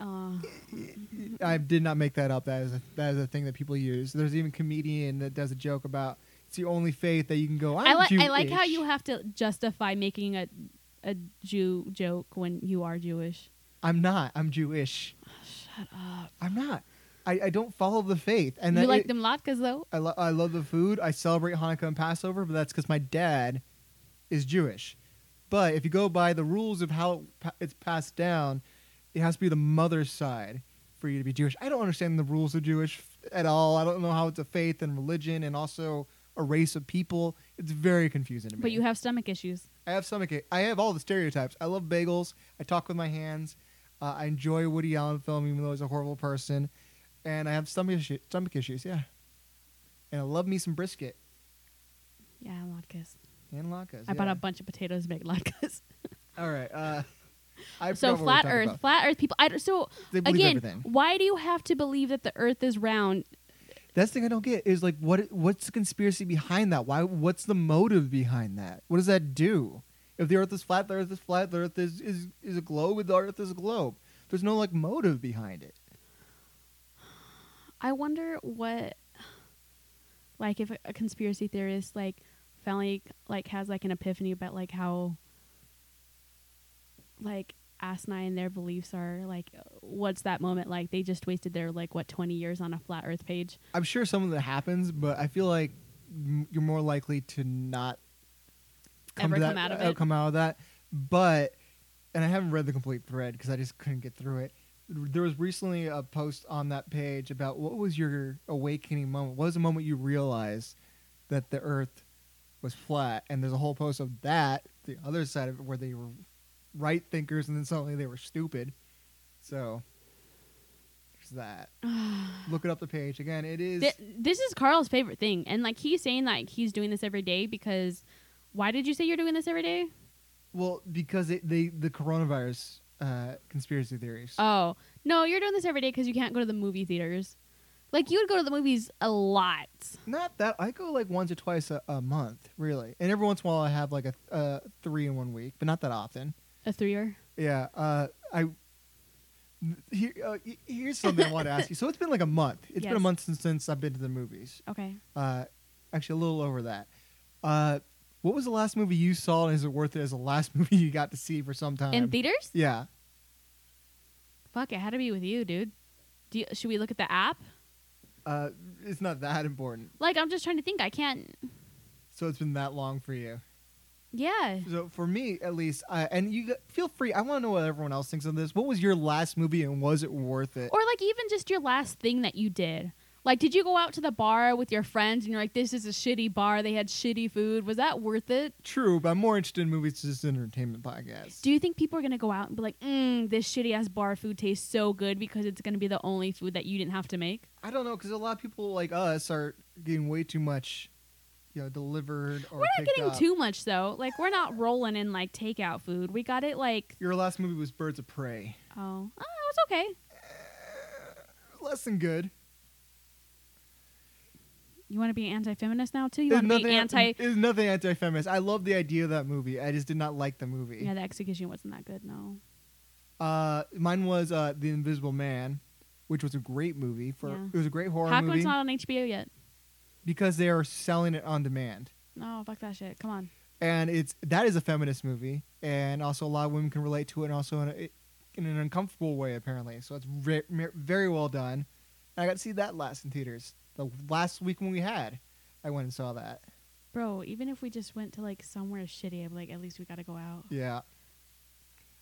[SPEAKER 2] uh,
[SPEAKER 1] I did not make that up. That is a, that is a thing that people use. There's even a comedian that does a joke about it's the only faith that you can go. I'm
[SPEAKER 2] I like. I like
[SPEAKER 1] Jewish."
[SPEAKER 2] how you have to justify making a a Jew joke when you are Jewish.
[SPEAKER 1] I'm not. I'm Jewish.
[SPEAKER 2] Oh, Shut up.
[SPEAKER 1] I'm not. I, I don't follow the faith. And
[SPEAKER 2] you
[SPEAKER 1] that
[SPEAKER 2] like
[SPEAKER 1] it-
[SPEAKER 2] them latkes though.
[SPEAKER 1] I, lo- I love the food. I celebrate Hanukkah and Passover, but that's because my dad is Jewish. But if you go by the rules of how it pa- it's passed down, it has to be the mother's side for you to be Jewish. I don't understand the rules of Jewish f- at all. I don't know how it's a faith and religion and also a race of people. It's very confusing to me.
[SPEAKER 2] But you have stomach issues.
[SPEAKER 1] I have stomach. I have all the stereotypes. I love bagels. I talk with my hands. Uh, I enjoy Woody Allen film, even though he's a horrible person. And I have stomach issue, stomach issues. Yeah. And I love me some brisket
[SPEAKER 2] Yeah, latkes.
[SPEAKER 1] and latkes.
[SPEAKER 2] I bought
[SPEAKER 1] yeah.
[SPEAKER 2] a bunch of potatoes to make latkes.
[SPEAKER 1] All right. Uh, (laughs)
[SPEAKER 2] (laughs)
[SPEAKER 1] I forgot what we were
[SPEAKER 2] so flat
[SPEAKER 1] talking
[SPEAKER 2] Earth,
[SPEAKER 1] about.
[SPEAKER 2] flat Earth people. I don't, so
[SPEAKER 1] They believe
[SPEAKER 2] again,
[SPEAKER 1] everything.
[SPEAKER 2] why do you have to believe that the Earth is round?
[SPEAKER 1] That's the thing I don't get is like what what's the conspiracy behind that? Why what's the motive behind that? What does that do? If the earth is flat, the earth is flat, the earth is, is, is a globe, the earth is a globe. There's no like motive behind it.
[SPEAKER 2] I wonder what, like, if a- a conspiracy theorist like finally like has like an epiphany about like how, like asinine their beliefs are. Like, what's that moment like? They just wasted their like what twenty years on a flat
[SPEAKER 1] (sighs)
[SPEAKER 2] Earth page. (sighs)
[SPEAKER 1] I'm sure some of that happens, but I feel like m- you're more likely to not
[SPEAKER 2] Ever
[SPEAKER 1] to that,
[SPEAKER 2] come out of
[SPEAKER 1] uh,
[SPEAKER 2] it?
[SPEAKER 1] Come out of that, but and I haven't read the complete thread because I just couldn't get through it. There was recently a post on that page about what was your awakening moment. What was the moment you realized that the Earth was flat? And there's a whole post of that, the other side of it, where they were right thinkers and then suddenly they were stupid. So there's that. Look it up the page again. It is.
[SPEAKER 2] Th- this is Carl's favorite thing, and like he's saying like he's doing this every day because. Why did you say you're doing this every day?
[SPEAKER 1] Well, because it, they the coronavirus uh, conspiracy theories.
[SPEAKER 2] Oh no, you're doing this every day because you can't go to the movie theaters. Like you would go to the movies a lot.
[SPEAKER 1] Not that I go like once or twice a, a month, really, and every once in a while I have like a uh, three in one week, but not that often.
[SPEAKER 2] A three-year.
[SPEAKER 1] Yeah, uh, I. Here, uh, he- here's something I want to ask you. So it's been like a month. It's been a
[SPEAKER 2] Yes.
[SPEAKER 1] month since, since I've been to the movies.
[SPEAKER 2] Okay.
[SPEAKER 1] Uh, actually, a little over that. Uh, what was the last movie you saw, and is it worth it as the last (laughs) movie you got to see for some time?
[SPEAKER 2] In theaters?
[SPEAKER 1] yeah.
[SPEAKER 2] Fuck, it had to be with you, dude. Do you, should we look at the app?
[SPEAKER 1] Uh, it's not that important.
[SPEAKER 2] Like I'm just trying to think. I can't.
[SPEAKER 1] So it's been that long for you.
[SPEAKER 2] Yeah.
[SPEAKER 1] So for me, at least, uh, and you g- feel free. I want to know what everyone else thinks of this. What was your last movie, and was it worth it?
[SPEAKER 2] Or like even just your last thing that you did. Like, did you go out to the bar with your friends and you're like, this is a shitty bar. They had shitty food. Was that worth it?
[SPEAKER 1] True, but I'm more interested in movies as an entertainment podcast.
[SPEAKER 2] Do you think people are going to go out and be like, mm, this shitty ass bar food tastes so good because it's going to be the only food that you didn't have to make?
[SPEAKER 1] I don't know because a lot of people like us are getting way too much, you know, delivered or
[SPEAKER 2] we're not
[SPEAKER 1] picked
[SPEAKER 2] getting
[SPEAKER 1] up.
[SPEAKER 2] too much though. Like, we're not rolling in like takeout food. We got it like,
[SPEAKER 1] Your last movie was Birds of Prey.
[SPEAKER 2] oh, oh it's okay.
[SPEAKER 1] Less than good.
[SPEAKER 2] You want to be anti feminist now too? You
[SPEAKER 1] There's
[SPEAKER 2] want to
[SPEAKER 1] nothing,
[SPEAKER 2] be anti.
[SPEAKER 1] (laughs) there's nothing anti-feminist. I love the idea of that movie. I just did not like the movie.
[SPEAKER 2] Yeah, the execution wasn't that good, no.
[SPEAKER 1] Uh, mine was uh, The Invisible Man, which was a great movie. For
[SPEAKER 2] Yeah.
[SPEAKER 1] it was a great horror
[SPEAKER 2] How come
[SPEAKER 1] movie
[SPEAKER 2] it's not on HBO yet?
[SPEAKER 1] because they are selling it on demand,
[SPEAKER 2] No, fuck that shit. Come on.
[SPEAKER 1] and it's that is a feminist movie, and also a lot of women can relate to it, and also in, a, in an uncomfortable way apparently. So it's re- mer- very well done. And I got to see that last in theaters the last week when we had. I went and saw that.
[SPEAKER 2] Bro, even if we just went to like somewhere shitty, I'd be like, at least we gotta go out.
[SPEAKER 1] Yeah.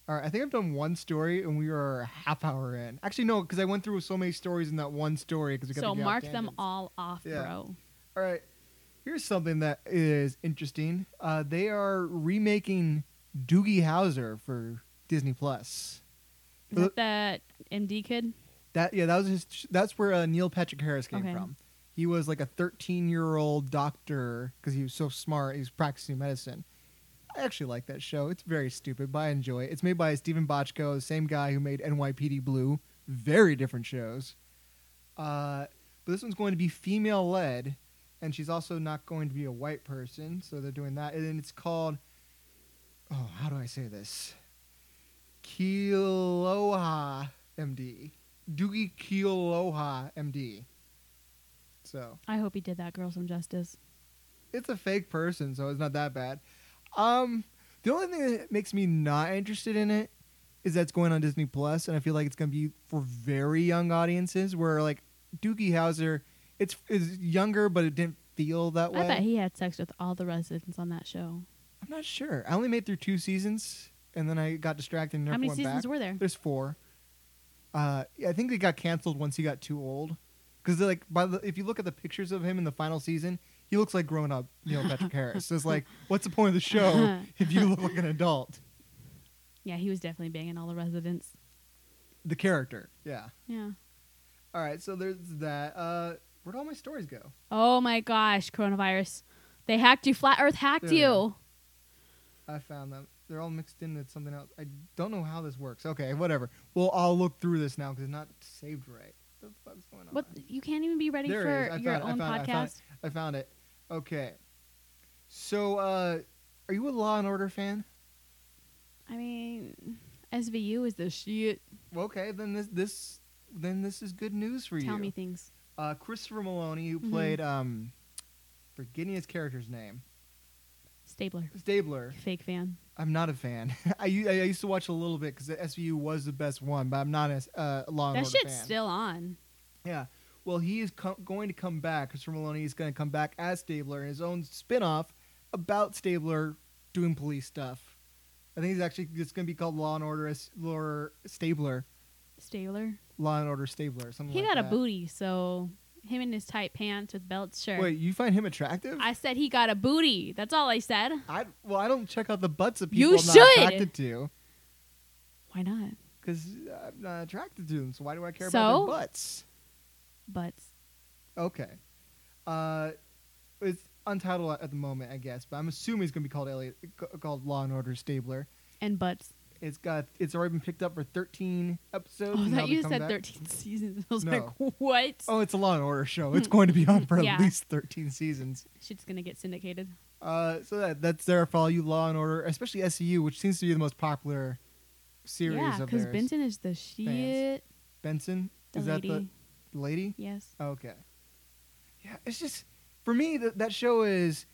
[SPEAKER 1] All right, I think I've done one story, and we are a half hour in. Actually, no, because I went through so many stories in that one story. Because
[SPEAKER 2] So mark them all off,
[SPEAKER 1] Yeah.
[SPEAKER 2] bro.
[SPEAKER 1] All right. Here's something that is interesting. Uh, they are remaking Doogie Howser for Disney Plus.
[SPEAKER 2] Is that that MD kid?
[SPEAKER 1] That yeah, that was his, that's where uh, Neil Patrick Harris came
[SPEAKER 2] Okay.
[SPEAKER 1] from. He was like a 13 year old doctor because he was so smart. He was practicing medicine. I actually like that show. It's very stupid, but I enjoy it. It's made by Stephen Bochco, the same guy who made NYPD Blue. Very different shows. Uh, but this one's going to be female led, and she's also not going to be a white person, so they're doing that. And then it's called, oh, how do I say this? Kiloha MD. Doogie Kiloha MD. So
[SPEAKER 2] I hope he did that girl some justice.
[SPEAKER 1] it's a fake person, so it's not that bad. Um, the only thing that makes me not interested in it is that's going on Disney Plus, and I feel like it's going to be for very young audiences. Where like Doogie Howser, it's is younger, but it didn't feel that way.
[SPEAKER 2] I bet he had sex with all the residents on that show.
[SPEAKER 1] I'm not sure. I only made through two seasons, and then I got distracted and never
[SPEAKER 2] How many
[SPEAKER 1] went
[SPEAKER 2] seasons
[SPEAKER 1] back.
[SPEAKER 2] were there?
[SPEAKER 1] There's four. Uh, yeah, I think they got canceled once he got too old, because like by the if you look at the pictures of him in the final season, he looks like grown up Neil Patrick Harris. So it's like, what's the point of the show if you look like an adult?
[SPEAKER 2] Yeah, he was definitely banging all the residents.
[SPEAKER 1] The character, yeah.
[SPEAKER 2] Yeah.
[SPEAKER 1] All right, so there's that. Uh, where'd all my stories go?
[SPEAKER 2] Oh my gosh, coronavirus. They hacked you. Flat Earth hacked
[SPEAKER 1] There we
[SPEAKER 2] you.
[SPEAKER 1] go. I found them. They're all mixed in with something else. I don't know how this works. Okay, whatever. Well, I'll look through this now because it's not saved right. What the fuck's going on?
[SPEAKER 2] What you can't even be ready
[SPEAKER 1] There it is.
[SPEAKER 2] for
[SPEAKER 1] I
[SPEAKER 2] your
[SPEAKER 1] found it, I
[SPEAKER 2] own
[SPEAKER 1] found it, I found
[SPEAKER 2] podcast.
[SPEAKER 1] I found it. Okay. So, uh, are you a Law and Order fan?
[SPEAKER 2] I mean SVU is the shit.
[SPEAKER 1] Well, okay, then this this then this is good news for
[SPEAKER 2] Tell
[SPEAKER 1] you.
[SPEAKER 2] me things.
[SPEAKER 1] Uh, Christopher Maloney, who
[SPEAKER 2] Mhm.
[SPEAKER 1] played um, forgetting his character's name,
[SPEAKER 2] Stabler.
[SPEAKER 1] Stabler.
[SPEAKER 2] Fake fan.
[SPEAKER 1] I'm not a fan. (laughs) I, u- I used to watch a little bit because the SVU was the best one, but I'm not a s- uh, Law and
[SPEAKER 2] That
[SPEAKER 1] Order
[SPEAKER 2] shit's
[SPEAKER 1] fan.
[SPEAKER 2] still on.
[SPEAKER 1] Yeah. Well, he is co- going to come back. Christopher Maloney is going to come back as Stabler in his own spin-off about Stabler doing police stuff. I think he's actually it's going to be called Law and Order S- Law Stabler,
[SPEAKER 2] Stabler.
[SPEAKER 1] Law and Order Stabler, something
[SPEAKER 2] He
[SPEAKER 1] like
[SPEAKER 2] got
[SPEAKER 1] that.
[SPEAKER 2] a booty, so him in his tight pants with belts, sure.
[SPEAKER 1] Wait, you find him attractive?
[SPEAKER 2] I said he got a booty. That's all I said.
[SPEAKER 1] I well, I don't check out the butts of people
[SPEAKER 2] You
[SPEAKER 1] I'm not
[SPEAKER 2] should!
[SPEAKER 1] attracted to
[SPEAKER 2] Why not?
[SPEAKER 1] because I'm not attracted to them. So why do I care
[SPEAKER 2] So?
[SPEAKER 1] about their butts?
[SPEAKER 2] Butts.
[SPEAKER 1] Okay. Uh, it's untitled at the moment, I guess, but I'm assuming it's going to be called Elliot, c- called Law and Order Stabler.
[SPEAKER 2] And butts.
[SPEAKER 1] It's got it's already been picked up for 13 episodes.
[SPEAKER 2] Oh,
[SPEAKER 1] and now
[SPEAKER 2] that
[SPEAKER 1] they
[SPEAKER 2] you
[SPEAKER 1] come
[SPEAKER 2] said
[SPEAKER 1] back.
[SPEAKER 2] 13 (laughs) seasons. I was
[SPEAKER 1] No.
[SPEAKER 2] like, what?
[SPEAKER 1] Oh, it's a Law and Order show. It's going to be on for
[SPEAKER 2] Hmm. Yeah.
[SPEAKER 1] at least 13 seasons.
[SPEAKER 2] Shit's going to get syndicated.
[SPEAKER 1] Uh, so that that's there for all you Law and Order, especially SCU, which seems to be the most popular series
[SPEAKER 2] yeah,
[SPEAKER 1] of theirs.
[SPEAKER 2] Benson is the shit.
[SPEAKER 1] Benson
[SPEAKER 2] The
[SPEAKER 1] is
[SPEAKER 2] lady.
[SPEAKER 1] that the lady?
[SPEAKER 2] Yes.
[SPEAKER 1] Okay. Yeah, it's just for me that that show is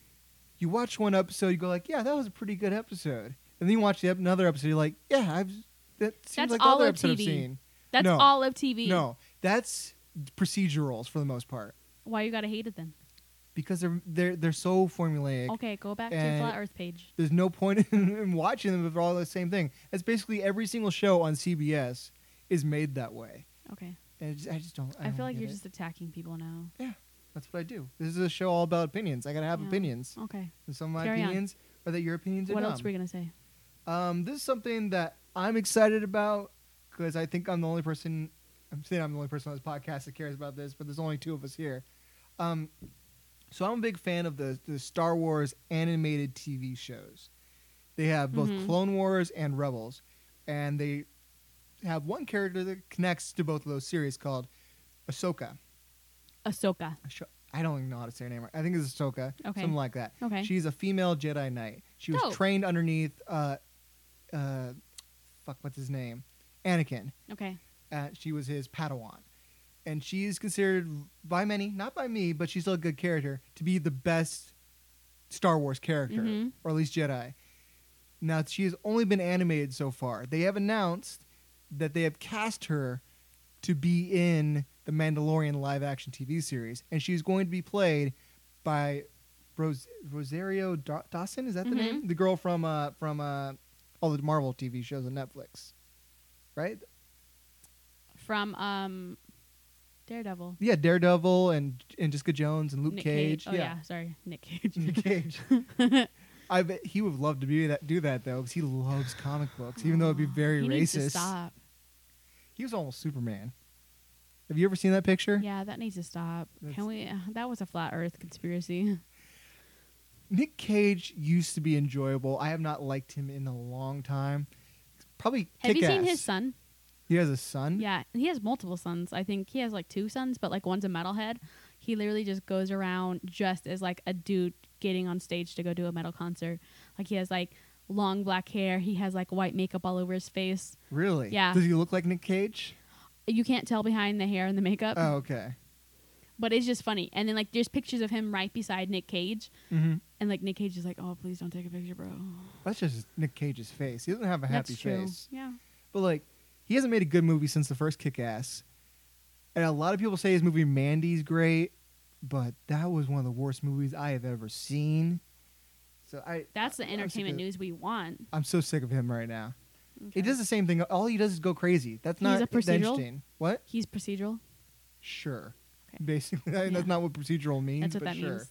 [SPEAKER 1] you watch one episode, you go like, yeah, that was a pretty good episode, and then you watch the, ep- another episode, you're like, yeah, I've that seems
[SPEAKER 2] That's
[SPEAKER 1] like
[SPEAKER 2] all
[SPEAKER 1] the other
[SPEAKER 2] of
[SPEAKER 1] episode I've
[SPEAKER 2] TV.
[SPEAKER 1] seen.
[SPEAKER 2] That's
[SPEAKER 1] No.
[SPEAKER 2] all of TV.
[SPEAKER 1] No, that's procedurals for the most part
[SPEAKER 2] Why you got to hate it then?
[SPEAKER 1] because they're they're they're so formulaic.
[SPEAKER 2] Okay, go back
[SPEAKER 1] And-
[SPEAKER 2] to the Flat Earth page.
[SPEAKER 1] There's no point (laughs) in, in watching them if they're all the same thing. That's basically every single show on CBS is made that way.
[SPEAKER 2] Okay.
[SPEAKER 1] And I just, I just don't. I,
[SPEAKER 2] I,
[SPEAKER 1] don't
[SPEAKER 2] feel like
[SPEAKER 1] get
[SPEAKER 2] you're
[SPEAKER 1] it.
[SPEAKER 2] just attacking people now.
[SPEAKER 1] That's what I do. This is a show all about opinions. I gotta have
[SPEAKER 2] Yeah.
[SPEAKER 1] opinions.
[SPEAKER 2] Okay.
[SPEAKER 1] And some of my
[SPEAKER 2] Carry on.
[SPEAKER 1] opinions are that your opinions are
[SPEAKER 2] What
[SPEAKER 1] dumb.
[SPEAKER 2] else were you going to say?
[SPEAKER 1] Um, this is something that I'm excited about because I think I'm the only person. I'm saying I'm the only person on this podcast that cares about this, but there's only two of us here. Um, so I'm a big fan of the the Star Wars animated TV shows. They have both
[SPEAKER 2] Mhm.
[SPEAKER 1] Clone Wars and Rebels, and they have one character that connects to both of those series called Ahsoka.
[SPEAKER 2] Ahsoka.
[SPEAKER 1] Ahso- I don't even know how to say her name. right. I think it's Ahsoka,
[SPEAKER 2] Okay.
[SPEAKER 1] something like that.
[SPEAKER 2] Okay.
[SPEAKER 1] She's a female Jedi Knight. She was
[SPEAKER 2] Dope.
[SPEAKER 1] trained underneath, uh, uh, fuck, what's his name? Anakin.
[SPEAKER 2] okay.
[SPEAKER 1] Uh, she was his Padawan. And she's considered by many, not by me, but she's still a good character, to be the best Star Wars character,
[SPEAKER 2] Mhm.
[SPEAKER 1] or at least Jedi. Now, she has only been animated so far. They have announced that they have cast her to be in the Mandalorian live action TV series, and she's going to be played by Ros- Rosario Da- Dawson. Is that the
[SPEAKER 2] Mhm.
[SPEAKER 1] name? The girl from uh, from uh, all the Marvel TV shows on Netflix, right?
[SPEAKER 2] From um, Daredevil.
[SPEAKER 1] Yeah, Daredevil and and Jessica Jones and Luke
[SPEAKER 2] Nick
[SPEAKER 1] Cage.
[SPEAKER 2] Oh, yeah. Sorry. Nick
[SPEAKER 1] (laughs)
[SPEAKER 2] Cage.
[SPEAKER 1] Nick Cage.
[SPEAKER 2] (laughs)
[SPEAKER 1] I bet he would love to be that do that though, because he loves comic books, even though it'd be
[SPEAKER 2] Oh,
[SPEAKER 1] very
[SPEAKER 2] (laughs) (gasps) he
[SPEAKER 1] racist.
[SPEAKER 2] needs
[SPEAKER 1] (laughs)
[SPEAKER 2] to stop.
[SPEAKER 1] He was almost Superman. Have you ever seen that picture?
[SPEAKER 2] Yeah, that needs to stop.
[SPEAKER 1] That's-
[SPEAKER 2] Can we? Uh, that was a flat Earth conspiracy. (laughs)
[SPEAKER 1] Nick Cage used to be enjoyable. I have not liked him in a long time. Probably
[SPEAKER 2] Have you seen
[SPEAKER 1] Kick-Ass. Hmm?
[SPEAKER 2] his son?
[SPEAKER 1] He has a son.
[SPEAKER 2] Yeah, he has multiple sons. I think he has like two sons, but like one's a metalhead. He literally just goes around just as like a dude getting on stage to go do a metal concert. Like he has like long black hair. He has like white makeup all over his face.
[SPEAKER 1] Really?
[SPEAKER 2] Yeah.
[SPEAKER 1] Does he look like Nick Cage?
[SPEAKER 2] You can't tell behind the hair and the makeup,
[SPEAKER 1] Oh, okay.
[SPEAKER 2] but it's just funny. And then like there's pictures of him right beside Nick Cage,
[SPEAKER 1] Mm-hmm.
[SPEAKER 2] and like Nick Cage is like, "Oh, please don't take a picture, bro."
[SPEAKER 1] That's just Nick Cage's face. He doesn't have a happy
[SPEAKER 2] That's true.
[SPEAKER 1] face.
[SPEAKER 2] Yeah.
[SPEAKER 1] But like, he hasn't made a good movie since the first Kick Ass. And a lot of people say his movie Mandy's great, but that was one of the worst movies I have ever seen. So I
[SPEAKER 2] That's the
[SPEAKER 1] I'm sick
[SPEAKER 2] entertainment
[SPEAKER 1] of-
[SPEAKER 2] news we want.
[SPEAKER 1] I'm so sick of him right now. He
[SPEAKER 2] Okay.
[SPEAKER 1] does the same thing. All he does is go crazy. That's
[SPEAKER 2] He's
[SPEAKER 1] not
[SPEAKER 2] a procedural?
[SPEAKER 1] interesting. What?
[SPEAKER 2] He's procedural.
[SPEAKER 1] Sure.
[SPEAKER 2] Okay.
[SPEAKER 1] Basically, (laughs) I mean, that's
[SPEAKER 2] Yeah.
[SPEAKER 1] not what procedural means.
[SPEAKER 2] That's what
[SPEAKER 1] but
[SPEAKER 2] that
[SPEAKER 1] sure.
[SPEAKER 2] means.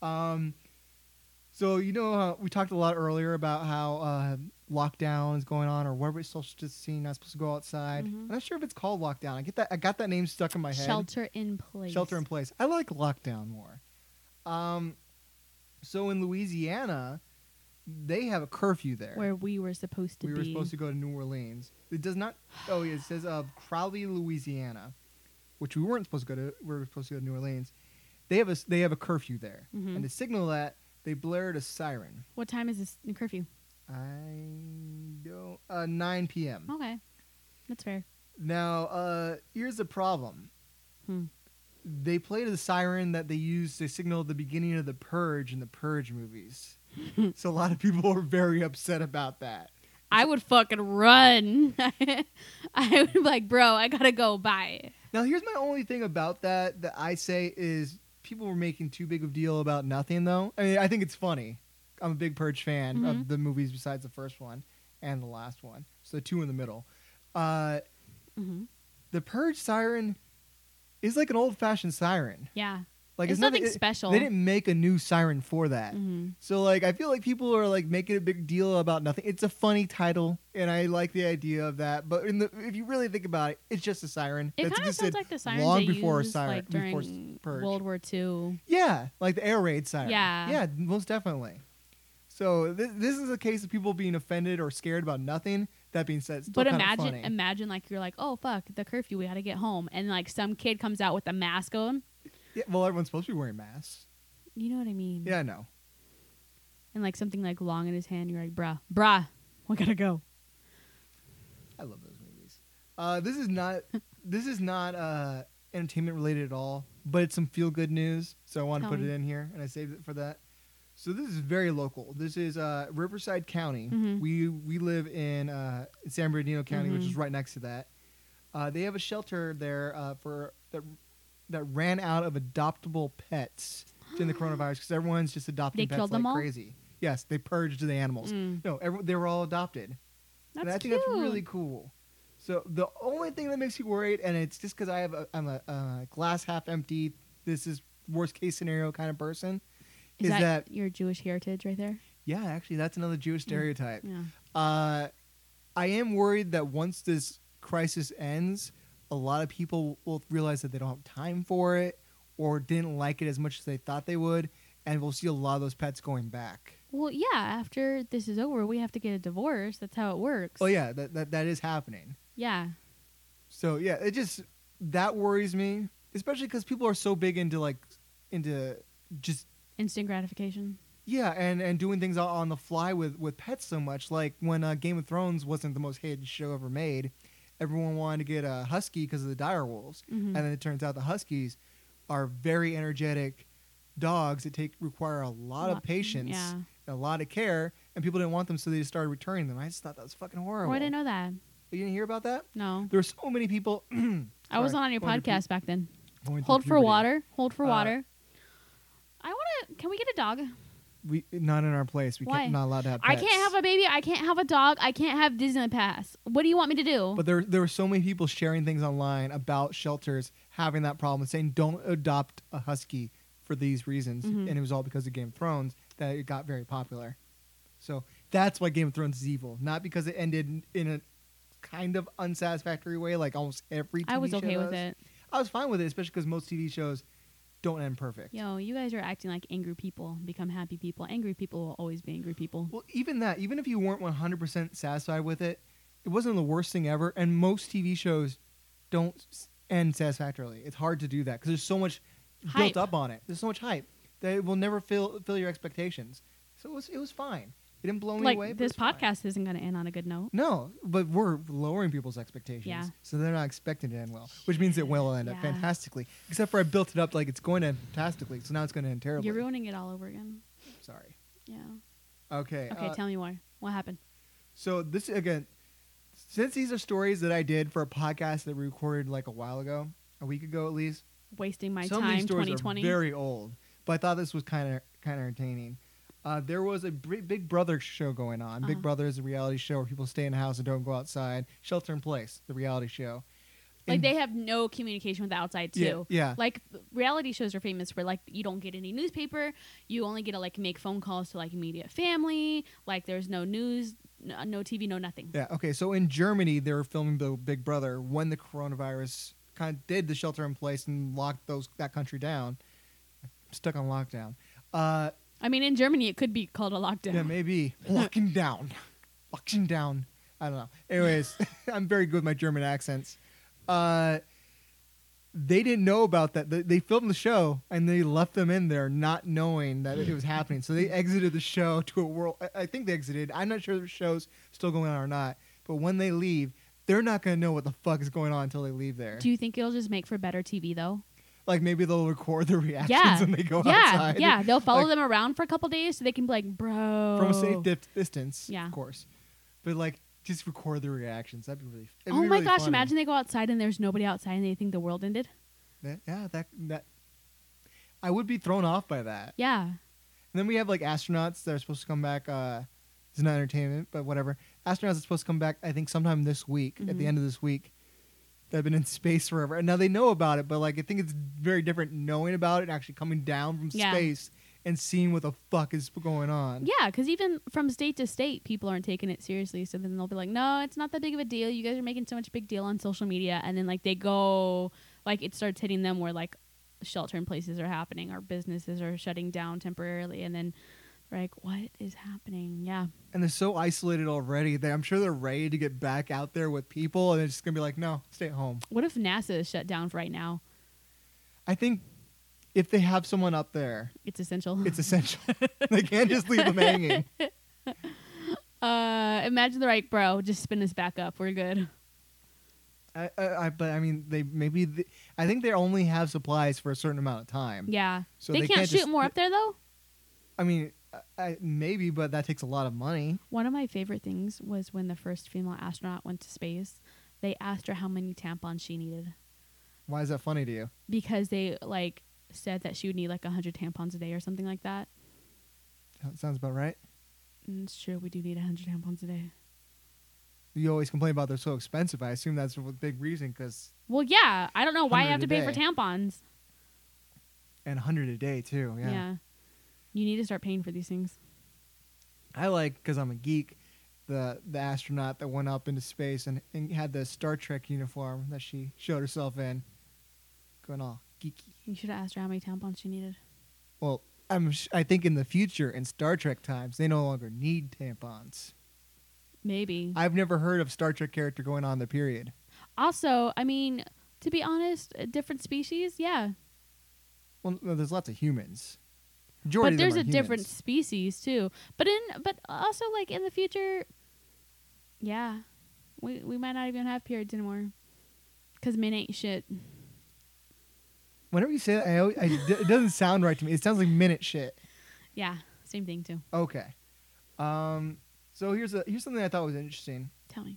[SPEAKER 1] Um, so you know, uh, we talked a lot earlier about how uh, lockdown is going on, or whatever it's social distancing, not supposed to go outside.
[SPEAKER 2] Mhm.
[SPEAKER 1] I'm not sure if it's called lockdown. I get that. I got that name stuck in my head.
[SPEAKER 2] Shelter in place.
[SPEAKER 1] Shelter in place. I like lockdown more. Um, so in Louisiana, they have a curfew there.
[SPEAKER 2] where we were supposed to
[SPEAKER 1] we
[SPEAKER 2] be.
[SPEAKER 1] were supposed to go to New Orleans. It does not. Oh, yeah, it says uh, Crowley, Louisiana, which we weren't supposed to go to. We were supposed to go to New Orleans. They have a s- they have a curfew there,
[SPEAKER 2] Mhm.
[SPEAKER 1] and to signal that they blared a siren.
[SPEAKER 2] What time is this in curfew?
[SPEAKER 1] I don't. Uh, 9 p.m.
[SPEAKER 2] Okay, that's fair.
[SPEAKER 1] Now, uh, here's the problem.
[SPEAKER 2] Hmm.
[SPEAKER 1] They played the siren that they used to signal the beginning of the Purge in the Purge
[SPEAKER 2] (laughs)
[SPEAKER 1] movies. so a lot of people were very upset about that.
[SPEAKER 2] I would fucking run. (laughs) I would be like, bro, I gotta go. Bye.
[SPEAKER 1] Now, here's my only thing about that that I say is people were making too big of a deal about nothing, though. I mean, I think it's funny. I'm a big Purge fan
[SPEAKER 2] Mhm.
[SPEAKER 1] of the movies besides the first one and the last one. So two in the middle. Uh,
[SPEAKER 2] hmm
[SPEAKER 1] the Purge siren is like an old fashioned siren.
[SPEAKER 2] Yeah,
[SPEAKER 1] Like
[SPEAKER 2] It's nothing
[SPEAKER 1] it-
[SPEAKER 2] special.
[SPEAKER 1] They didn't make a new siren for that.
[SPEAKER 2] hmm
[SPEAKER 1] So like I feel like people are like making a big deal about nothing. It's a funny title, and I like the idea of that. But in the, if you really think about it, it's just a siren.
[SPEAKER 2] it
[SPEAKER 1] that's
[SPEAKER 2] kind of sounds
[SPEAKER 1] existed
[SPEAKER 2] like the sirens
[SPEAKER 1] long
[SPEAKER 2] they
[SPEAKER 1] before a
[SPEAKER 2] used,
[SPEAKER 1] siren-
[SPEAKER 2] like
[SPEAKER 1] before
[SPEAKER 2] during
[SPEAKER 1] Purge.
[SPEAKER 2] World War II.
[SPEAKER 1] Yeah, like the air raid siren.
[SPEAKER 2] Yeah.
[SPEAKER 1] yeah, most definitely. So th- this is a case of people being offended or scared about nothing. That being said, it's still
[SPEAKER 2] But
[SPEAKER 1] kinda
[SPEAKER 2] imagine,
[SPEAKER 1] funny.
[SPEAKER 2] imagine like you're like, oh fuck, the curfew, we gotta get home, and like some kid comes out with a mask on.
[SPEAKER 1] yeah, well, everyone's supposed to be wearing masks.
[SPEAKER 2] You know what I mean?
[SPEAKER 1] Yeah, I know.
[SPEAKER 2] And like something like long in his hand, you're like, bruh, bruh, we gotta go.
[SPEAKER 1] I love those movies. Uh, this is
[SPEAKER 2] (laughs)
[SPEAKER 1] not this is not uh, entertainment related at all, but it's some feel good news, so I want to
[SPEAKER 2] Tell
[SPEAKER 1] put
[SPEAKER 2] me.
[SPEAKER 1] it in here, and I saved it for that. So this is very local. This is uh, Riverside County.
[SPEAKER 2] Mhm.
[SPEAKER 1] We we live in uh, San Bernardino County, which
[SPEAKER 2] Mhm.
[SPEAKER 1] is right next to that. Uh, they have a shelter there uh, for that that ran out of adoptable pets. in
[SPEAKER 2] (gasps)
[SPEAKER 1] the coronavirus because everyone's just adopting
[SPEAKER 2] They
[SPEAKER 1] pets
[SPEAKER 2] killed
[SPEAKER 1] like
[SPEAKER 2] them all?
[SPEAKER 1] crazy. Yes, they purged the animals.
[SPEAKER 2] Mm.
[SPEAKER 1] No, every, they were all adopted.
[SPEAKER 2] That's
[SPEAKER 1] and I
[SPEAKER 2] cute.
[SPEAKER 1] think that's really cool. So the only thing that makes me worried, and it's just because I have a, I'm a, uh glass half empty, this is worst case scenario kind of person.
[SPEAKER 2] Is,
[SPEAKER 1] is
[SPEAKER 2] that,
[SPEAKER 1] that-
[SPEAKER 2] your Jewish heritage right there?
[SPEAKER 1] Yeah, actually, that's another
[SPEAKER 2] Mm.
[SPEAKER 1] Jewish stereotype.
[SPEAKER 2] Yeah.
[SPEAKER 1] Uh, I am worried that once this crisis ends, a lot of people will realize that they don't have time for it or didn't like it as much as they thought they would, and we'll see a lot of those pets going back.
[SPEAKER 2] Well, yeah. After this is over, we have to get a divorce. That's how it works.
[SPEAKER 1] Oh yeah, that that, that is happening.
[SPEAKER 2] Yeah.
[SPEAKER 1] So yeah, it just that worries me, especially because people are so big into like into just
[SPEAKER 2] Instant gratification.
[SPEAKER 1] yeah, and and doing things on- on the fly with with pets so much. Like when uh, Game of Thrones wasn't the most hated show ever made, everyone wanted to get a husky because of the dire wolves,
[SPEAKER 2] Mhm.
[SPEAKER 1] and then it turns out the huskies are very energetic dogs that take require a lot
[SPEAKER 2] Lo- mm,
[SPEAKER 1] of patience,
[SPEAKER 2] Yeah.
[SPEAKER 1] and a lot of care, and people didn't want them, so they just started returning them. I just thought that was fucking horrible.
[SPEAKER 2] Oh, I didn't know that.
[SPEAKER 1] You didn't hear about that?
[SPEAKER 2] No.
[SPEAKER 1] There were so many people. (clears throat)
[SPEAKER 2] I wasn't
[SPEAKER 1] Sorry,
[SPEAKER 2] on your
[SPEAKER 1] going to pu-
[SPEAKER 2] podcast back then.
[SPEAKER 1] going through
[SPEAKER 2] Hold for
[SPEAKER 1] puberty.
[SPEAKER 2] water. Hold for
[SPEAKER 1] Uh,
[SPEAKER 2] water. I want to. Can we get a dog?
[SPEAKER 1] We not in our place. We
[SPEAKER 2] Why?
[SPEAKER 1] can't not allowed to have.
[SPEAKER 2] I
[SPEAKER 1] Pets.
[SPEAKER 2] can't have a baby. I can't have a dog. I can't have Disney Pass. What do you want me to do?
[SPEAKER 1] But there, there were so many people sharing things online about shelters having that problem, saying don't adopt a husky for these reasons,
[SPEAKER 2] Mhm.
[SPEAKER 1] and it was all because of Game of Thrones that it got very popular. So that's why Game of Thrones is evil, not because it ended in a kind of unsatisfactory way, like almost every. TV
[SPEAKER 2] I was
[SPEAKER 1] show
[SPEAKER 2] okay with
[SPEAKER 1] does.
[SPEAKER 2] it.
[SPEAKER 1] I was fine with it, especially because most TV shows don't end perfect.
[SPEAKER 2] Yo, you guys are acting like angry people become happy people. Angry people will always be angry people.
[SPEAKER 1] Well, even that, even if you weren't 100% satisfied with it, it wasn't the worst thing ever. And most TV shows don't s- end satisfactorily. It's hard to do that because there's so much
[SPEAKER 2] Hype.
[SPEAKER 1] built up on it. There's so much hype that it will never fill fill your expectations. So it was it was fine. It didn't blow me
[SPEAKER 2] like
[SPEAKER 1] away. but
[SPEAKER 2] this
[SPEAKER 1] it's fine.
[SPEAKER 2] podcast isn't going to end on a good note.
[SPEAKER 1] No, but we're lowering people's expectations.
[SPEAKER 2] Yeah.
[SPEAKER 1] So they're not expecting it to end well, which means it will end
[SPEAKER 2] Yeah.
[SPEAKER 1] up fantastically. Except for I built it up like it's going to end fantastically, so now it's going to end terribly.
[SPEAKER 2] You're ruining it all over again.
[SPEAKER 1] Sorry.
[SPEAKER 2] Yeah.
[SPEAKER 1] Okay.
[SPEAKER 2] Okay,
[SPEAKER 1] uh,
[SPEAKER 2] tell me more. What happened?
[SPEAKER 1] So this again, since these are stories that I did for a podcast that we recorded like a while ago, a week ago at least.
[SPEAKER 2] Wasting my
[SPEAKER 1] some of
[SPEAKER 2] time.
[SPEAKER 1] these stories
[SPEAKER 2] 2020.
[SPEAKER 1] are very old, but I thought this was kind of kind of entertaining. Uh, there was a br- Big Brother show going on.
[SPEAKER 2] Uh-huh.
[SPEAKER 1] Big Brother is a reality show where people stay in the house and don't go outside. Shelter in Place, the reality show.
[SPEAKER 2] like
[SPEAKER 1] And-
[SPEAKER 2] they have no communication with the outside too.
[SPEAKER 1] Yeah, yeah.
[SPEAKER 2] Like reality shows are famous for like you don't get any newspaper. You only get to like make phone calls to like immediate family. Like there's no news, no, no TV, no nothing.
[SPEAKER 1] Yeah. Okay. So in Germany, they were filming the Big Brother when the coronavirus kind of did the shelter in place and locked those that country down. Stuck on lockdown. Uh,
[SPEAKER 2] I mean, in Germany it could be called a lockdown.
[SPEAKER 1] Yeah, maybe. Walking down. Walking down. I don't know. Anyways, (laughs) I'm very good with my German accents. Uh, they didn't know about that. They- They filmed the show and they left them in there not knowing that it was happening. So they exited the show to a world. I- I think they exited. I'm not sure if the show's still going on or not. But when they leave, they're not going to know what the fuck is going on until they leave there.
[SPEAKER 2] Do you think it'll just make for better TV though?
[SPEAKER 1] like maybe they'll record the reactions
[SPEAKER 2] Yeah.
[SPEAKER 1] when they go
[SPEAKER 2] yeah,
[SPEAKER 1] outside.
[SPEAKER 2] yeah. They'll
[SPEAKER 1] (laughs)
[SPEAKER 2] follow
[SPEAKER 1] Like-
[SPEAKER 2] them around for a couple days so they can be like, bro.
[SPEAKER 1] from a safe dif- distance,
[SPEAKER 2] Oh. Yeah.
[SPEAKER 1] of course. But like, just record their reactions. That'd be really. it'd
[SPEAKER 2] Oh
[SPEAKER 1] be
[SPEAKER 2] my
[SPEAKER 1] really
[SPEAKER 2] gosh!
[SPEAKER 1] funny.
[SPEAKER 2] Imagine they go outside and there's nobody outside and they think the world ended.
[SPEAKER 1] That, yeah, that that. I would be thrown off by that.
[SPEAKER 2] Yeah.
[SPEAKER 1] And then we have like astronauts that are supposed to come back. Uh, it's not entertainment, but whatever. Astronauts are supposed to come back. I think sometime this week, at the
[SPEAKER 2] Mhm.
[SPEAKER 1] end of this week. They've been in (laughs) space forever, and now they know about it. But like, I think it's very different knowing about it, and actually coming down from
[SPEAKER 2] Yeah.
[SPEAKER 1] space and seeing what the fuck is going on.
[SPEAKER 2] Yeah, because even from state to state, people aren't taking it seriously. So then they'll be like, "No, it's not that big of a deal. You guys are making so much big deal on social media." And then like they go, like it starts hitting them where like shelter in places are happening, or businesses are shutting down temporarily, and then they're like, "What is happening?" Yeah,
[SPEAKER 1] and they're so isolated already that I'm sure they're ready to get back out there with people, and they're just gonna be like, "No, stay at home."
[SPEAKER 2] what if NASA is shut down for right now?
[SPEAKER 1] I think if they have someone up there,
[SPEAKER 2] It's essential.
[SPEAKER 1] it's essential. (laughs) they can't just leave them hanging.
[SPEAKER 2] (laughs) uh, imagine they're like, "Bro, just spin this back up. We're good."
[SPEAKER 1] I, I, I, but I mean, they maybe th I think they only have supplies for a certain amount of time.
[SPEAKER 2] Yeah,
[SPEAKER 1] So
[SPEAKER 2] they,
[SPEAKER 1] they
[SPEAKER 2] can't,
[SPEAKER 1] can't
[SPEAKER 2] shoot
[SPEAKER 1] just-
[SPEAKER 2] more up there though.
[SPEAKER 1] I mean, I, I, maybe, but that takes a lot of money.
[SPEAKER 2] One of my favorite things was when the first female astronaut went to space. They asked her how many tampons she needed
[SPEAKER 1] Why is that funny to you?
[SPEAKER 2] because they like said that she would need like 100 tampons a day or something like that.
[SPEAKER 1] That sounds about right.
[SPEAKER 2] And it's true, we do need 100 tampons a day.
[SPEAKER 1] You always complain about they're so expensive. I assume that's a big reason because
[SPEAKER 2] Well, yeah, I don't know why I
[SPEAKER 1] 100
[SPEAKER 2] have
[SPEAKER 1] a
[SPEAKER 2] to pay for
[SPEAKER 1] day.
[SPEAKER 2] tampons.
[SPEAKER 1] and a hundred a day too.
[SPEAKER 2] Yeah. You need to start paying for these things.
[SPEAKER 1] I like because I'm a geek. The the astronaut that went up into space and, and had the Star Trek uniform that she showed herself in, going all geeky.
[SPEAKER 2] You should have asked her how many tampons she needed.
[SPEAKER 1] Well, I'm sh- I think in the future in Star Trek times they no longer need tampons.
[SPEAKER 2] Maybe.
[SPEAKER 1] I've never heard of Star Trek character going on the period.
[SPEAKER 2] also, I mean, to be honest, uh, different species, yeah.
[SPEAKER 1] Well, no, there's lots of humans. Majority
[SPEAKER 2] but
[SPEAKER 1] of them
[SPEAKER 2] there's
[SPEAKER 1] are
[SPEAKER 2] a different
[SPEAKER 1] humans.
[SPEAKER 2] species too. But in but also like in the future, yeah, we we might not even have periods anymore, cause men ain't shit.
[SPEAKER 1] Whenever you say that, I, always, I d- it doesn't sound right to me. It sounds like minute shit.
[SPEAKER 2] Yeah, same thing too.
[SPEAKER 1] Okay. Um. So here's a here's something I thought was interesting.
[SPEAKER 2] Tell me.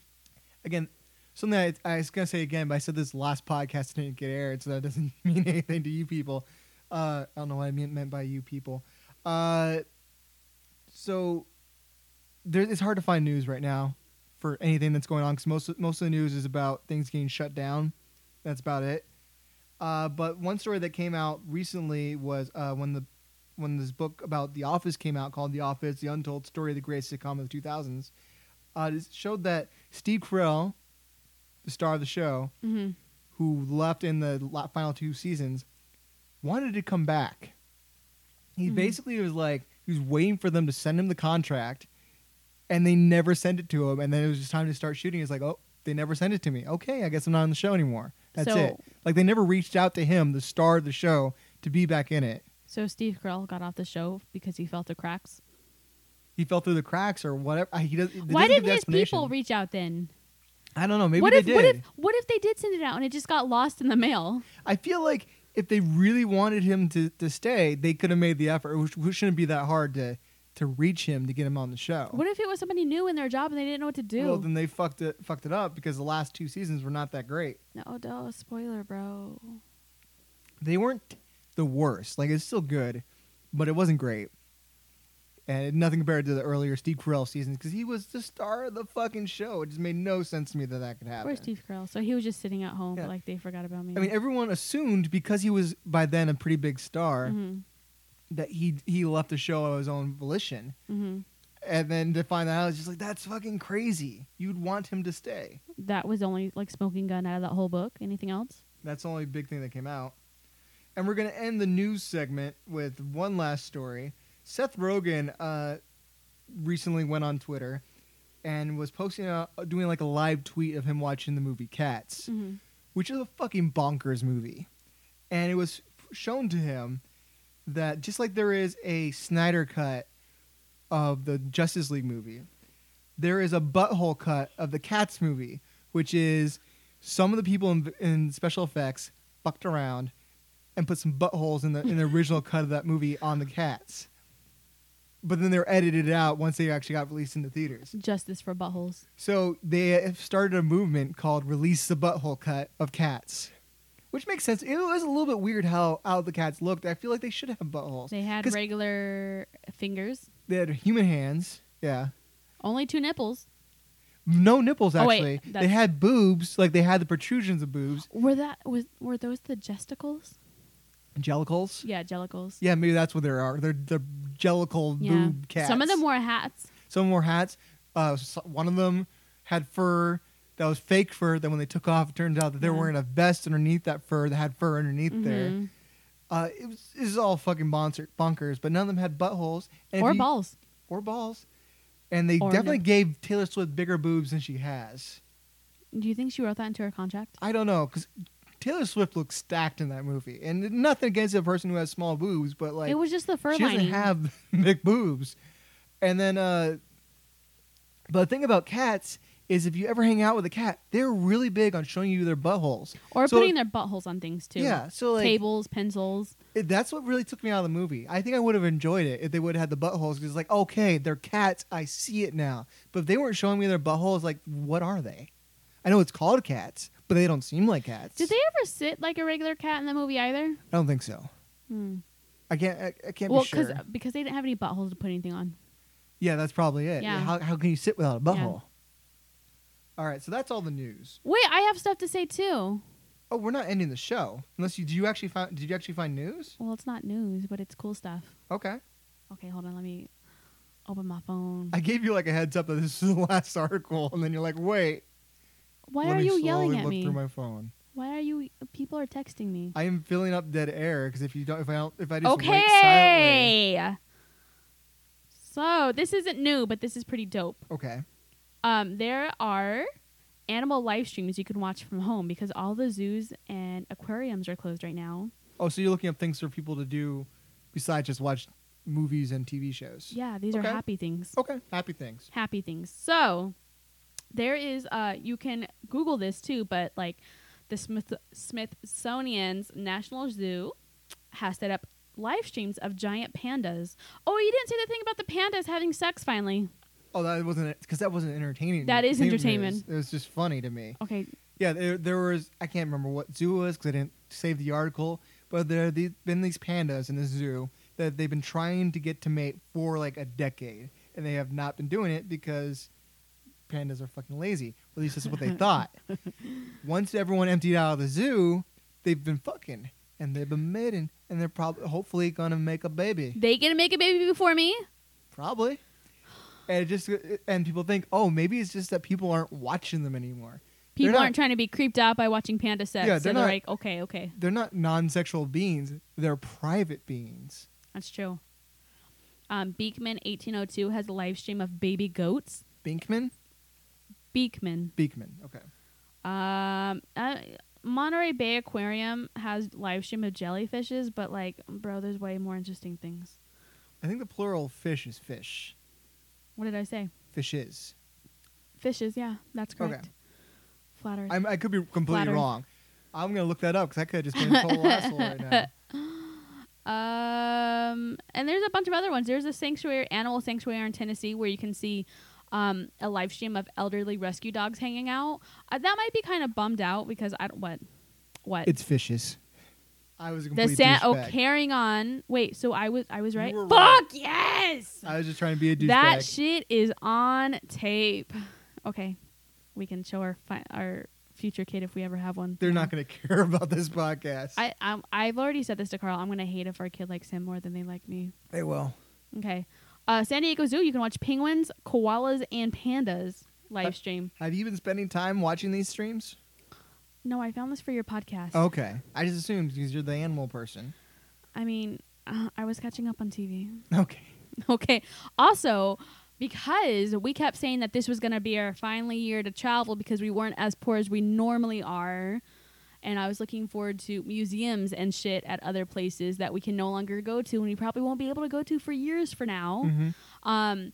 [SPEAKER 1] again, something I, I was gonna say again, but I said this last podcast and it didn't get aired, so that doesn't (laughs) mean anything to you people. Uh, I don't know what I mean, meant by you people. Uh, so there, it's hard to find news right now for anything that's going on because most most of the news is about things getting shut down. That's about it. Uh, but one story that came out recently was uh, when the when this book about The Office came out called The Office: The Untold Story of the Greatest Sitcom of the 2000s uh, it showed that Steve Carell, the star of the show,
[SPEAKER 2] Mm-hmm.
[SPEAKER 1] who left in the la- final two seasons, wanted to come back. He
[SPEAKER 2] Mhm.
[SPEAKER 1] basically was like he was waiting for them to send him the contract, and they never sent it to him. And then it was just time to start shooting. He's like, oh, they never sent it to me. Okay, I guess I'm not on the show anymore. That's
[SPEAKER 2] so,
[SPEAKER 1] it. Like they never reached out to him, the star of the show, to be back in it.
[SPEAKER 2] So Steve Carell got off the show because he felt the cracks.
[SPEAKER 1] He fell through the cracks or whatever. I- He does, it doesn't give
[SPEAKER 2] Why didn't
[SPEAKER 1] the
[SPEAKER 2] his people
[SPEAKER 1] explanation.
[SPEAKER 2] reach out then?
[SPEAKER 1] I don't know. Maybe
[SPEAKER 2] what
[SPEAKER 1] they
[SPEAKER 2] if
[SPEAKER 1] did.
[SPEAKER 2] what if what if they did send it out and it just got lost in the mail?
[SPEAKER 1] I feel like if they really wanted him to, to stay, they could have made the effort. It sh- it shouldn't be that hard to to reach him to get him on the show.
[SPEAKER 2] What if it was somebody new in their job and they didn't know what to do?
[SPEAKER 1] well, then they fucked it fucked it up because the last two seasons were not that great.
[SPEAKER 2] no, no spoiler, bro.
[SPEAKER 1] They weren't the worst. Like it's still good, but it wasn't great. And nothing compared to the earlier Steve Carell seasons because he was the star of the fucking show. It just made no sense to me that that could happen.
[SPEAKER 2] Where's Steve Carell? So he was just sitting at home,
[SPEAKER 1] Yeah.
[SPEAKER 2] like they forgot about me.
[SPEAKER 1] I mean, everyone assumed because he was by then a pretty big star
[SPEAKER 2] Mhm,
[SPEAKER 1] that he he left the show of his own volition.
[SPEAKER 2] mhm.
[SPEAKER 1] and then to find that out, it's just like that's fucking crazy. You'd want him to stay.
[SPEAKER 2] that was only like smoking gun out of that whole book. Anything else?
[SPEAKER 1] That's the only big thing that came out. And we're gonna end the news segment with one last story. Seth Rogen uh, recently went on Twitter and was posting a, doing like a live tweet of him watching the movie Cats,
[SPEAKER 2] Mhm.
[SPEAKER 1] which is a fucking bonkers movie. And it was shown to him that just like there is a Snyder cut of the Justice League movie, there is a butthole cut of the Cats movie, which is some of the people in, in special effects fucked around and put some buttholes in the in the original cut of that movie on the cats. But then they were edited out once they actually got released into theaters.
[SPEAKER 2] Justice for buttholes.
[SPEAKER 1] So they have started a movement called "Release the Butthole Cut" of Cats, which makes sense. It was a little bit weird how out the cats looked. I feel like they should have buttholes.
[SPEAKER 2] They had
[SPEAKER 1] 'Cause-
[SPEAKER 2] regular fingers,
[SPEAKER 1] They had human hands. Yeah.
[SPEAKER 2] only two nipples.
[SPEAKER 1] No nipples
[SPEAKER 2] Oh, wait,
[SPEAKER 1] actually. they
[SPEAKER 2] that's-
[SPEAKER 1] had boobs, like they had the protrusions of boobs.
[SPEAKER 2] Were that was were those the gesticles?
[SPEAKER 1] Jellicles.
[SPEAKER 2] Yeah, jellicles.
[SPEAKER 1] Yeah, maybe that's what they are. They're they're jellicle
[SPEAKER 2] Yeah.
[SPEAKER 1] boob cats.
[SPEAKER 2] Some of them wore hats.
[SPEAKER 1] Some wore hats. Uh, so- one of them had fur that was fake fur. Then when they took off, it turned out that they were
[SPEAKER 2] Yeah.
[SPEAKER 1] wearing a vest underneath that fur that had fur underneath there.
[SPEAKER 2] Mhm.
[SPEAKER 1] Uh, it was this is all fucking bonzer, bonkers. But none of them had buttholes and if
[SPEAKER 2] Or
[SPEAKER 1] you-
[SPEAKER 2] balls.
[SPEAKER 1] or balls. And they
[SPEAKER 2] Or
[SPEAKER 1] definitely
[SPEAKER 2] nipples.
[SPEAKER 1] gave Taylor Swift bigger boobs than she has.
[SPEAKER 2] Do you think she wrote that into her contract?
[SPEAKER 1] I don't know because Taylor Swift looks stacked in that movie, and nothing against the person who has small boobs, but like
[SPEAKER 2] it was just the fur
[SPEAKER 1] she
[SPEAKER 2] lining.
[SPEAKER 1] doesn't have (laughs) big boobs. And then, uh, but the thing about cats is if you ever hang out with a cat, they're really big on showing you their buttholes.
[SPEAKER 2] or
[SPEAKER 1] So-
[SPEAKER 2] putting their buttholes on things too.
[SPEAKER 1] Yeah, so like
[SPEAKER 2] Tables, pencils.
[SPEAKER 1] it- that's what really took me out of the movie. I think I would have enjoyed it if they would have had the buttholes because like okay, they're cats, I see it now. But if they weren't showing me their buttholes, like what are they? I know it's called cats, but they don't seem like cats.
[SPEAKER 2] Did they ever sit like a regular cat in the movie either?
[SPEAKER 1] I don't think so.
[SPEAKER 2] Hmm.
[SPEAKER 1] I can't. I, I can't
[SPEAKER 2] Well,
[SPEAKER 1] be sure.
[SPEAKER 2] because they didn't have any buttholes to put anything on.
[SPEAKER 1] Yeah, that's probably it.
[SPEAKER 2] Yeah.
[SPEAKER 1] How how can you sit without a butthole? All right, so that's all the news.
[SPEAKER 2] Wait, I have stuff to say too.
[SPEAKER 1] Oh, we're not ending the show unless you. Do you actually find? Did you actually find news?
[SPEAKER 2] Well, it's not news, but it's cool stuff.
[SPEAKER 1] Okay,
[SPEAKER 2] Okay, hold on. Let me open my phone.
[SPEAKER 1] I gave you like a heads up that this is the (laughs) last article, and then you're like, wait.
[SPEAKER 2] Why
[SPEAKER 1] let
[SPEAKER 2] are
[SPEAKER 1] me
[SPEAKER 2] you
[SPEAKER 1] slowly
[SPEAKER 2] yelling at
[SPEAKER 1] look
[SPEAKER 2] me?
[SPEAKER 1] Through my phone.
[SPEAKER 2] Why are you? People are texting me.
[SPEAKER 1] I am filling up dead air because if you don't, if I don't, if I just wait silently.
[SPEAKER 2] Okay. So this isn't new, but this is pretty dope.
[SPEAKER 1] Okay.
[SPEAKER 2] Um, there are animal live streams you can watch from home because all the zoos and aquariums are closed right now.
[SPEAKER 1] Oh, so you're looking up things for people to do besides just watch movies and TV shows.
[SPEAKER 2] Yeah, these
[SPEAKER 1] Okay.
[SPEAKER 2] are happy things.
[SPEAKER 1] Okay. Happy things.
[SPEAKER 2] happy things. So there is uh you can Google this too, but like the Smith Smithsonian's National Zoo has set up live streams of giant pandas. Oh, you didn't say the thing about the pandas having sex finally.
[SPEAKER 1] Oh, that wasn't because that wasn't entertaining.
[SPEAKER 2] That is
[SPEAKER 1] news.
[SPEAKER 2] entertainment.
[SPEAKER 1] It was just funny to me.
[SPEAKER 2] Okay.
[SPEAKER 1] Yeah, there, there was I can't remember what zoo it was because I didn't save the article, but there have been these pandas in the zoo that they've been trying to get to mate for like a decade, and they have not been doing it because pandas are fucking lazy. At least that's what they thought. Once everyone emptied out of the zoo, they've been fucking and they've been mating, and they're probably hopefully gonna make a baby.
[SPEAKER 2] They gonna make a baby before me?
[SPEAKER 1] Probably. And it just and people think, oh, maybe it's just that people aren't watching them anymore. They're
[SPEAKER 2] People
[SPEAKER 1] not-
[SPEAKER 2] aren't trying to be creeped out by watching panda sex.
[SPEAKER 1] Yeah,
[SPEAKER 2] so
[SPEAKER 1] they're
[SPEAKER 2] they're
[SPEAKER 1] not-
[SPEAKER 2] like, okay, okay.
[SPEAKER 1] they're not non-sexual beings they're private beings
[SPEAKER 2] That's true. Um, Beekman 1802 has a live stream of baby goats.
[SPEAKER 1] Beekman,
[SPEAKER 2] Beekman.
[SPEAKER 1] Beekman. Okay.
[SPEAKER 2] Um, uh, Monterey Bay Aquarium has live stream of jellyfishes, but like, bro, there's way more interesting things.
[SPEAKER 1] I think the plural of fish is fish.
[SPEAKER 2] What did I say?
[SPEAKER 1] Fishes.
[SPEAKER 2] Fishes, yeah, that's
[SPEAKER 1] Okay.
[SPEAKER 2] correct. Flat Earth.
[SPEAKER 1] I'm, I could be completely
[SPEAKER 2] Flattered.
[SPEAKER 1] wrong. I'm gonna look that up because I could have
[SPEAKER 2] (laughs)
[SPEAKER 1] just been a total asshole right now.
[SPEAKER 2] um, and there's a bunch of other ones. There's a sanctuary, animal sanctuary in Tennessee, where you can see um a live stream of elderly rescue dogs hanging out. Uh, that might be kind of bummed out because I don't what what
[SPEAKER 1] It's fishes. I was a
[SPEAKER 2] the
[SPEAKER 1] complete
[SPEAKER 2] San oh
[SPEAKER 1] douchebag.
[SPEAKER 2] carrying on. Wait, so I was I was
[SPEAKER 1] You
[SPEAKER 2] right.
[SPEAKER 1] were
[SPEAKER 2] Fuck
[SPEAKER 1] right.
[SPEAKER 2] yes.
[SPEAKER 1] I was just trying to be a douchebag.
[SPEAKER 2] That shit is on tape. Okay, we can show our fi- our future kid if we ever have one.
[SPEAKER 1] they're not gonna (laughs) care about this podcast.
[SPEAKER 2] I I'm, I've already said this to Carl. I'm gonna hate if our kid likes him more than they like me.
[SPEAKER 1] they will.
[SPEAKER 2] Okay, uh, San Diego Zoo. You can watch penguins, koalas, and pandas
[SPEAKER 1] Uh,
[SPEAKER 2] live stream.
[SPEAKER 1] Have you been spending time watching these streams?
[SPEAKER 2] No, I found this for your podcast.
[SPEAKER 1] Okay. I just assumed because you're the animal person.
[SPEAKER 2] I mean, uh, I was catching up on TV.
[SPEAKER 1] Okay.
[SPEAKER 2] (laughs) Okay. Also, because we kept saying that this was going to be our final year to travel because we weren't as poor as we normally are. And I was looking forward to museums and shit at other places that we can no longer go to and we probably won't be able to go to for years for now.
[SPEAKER 1] hmm
[SPEAKER 2] Um,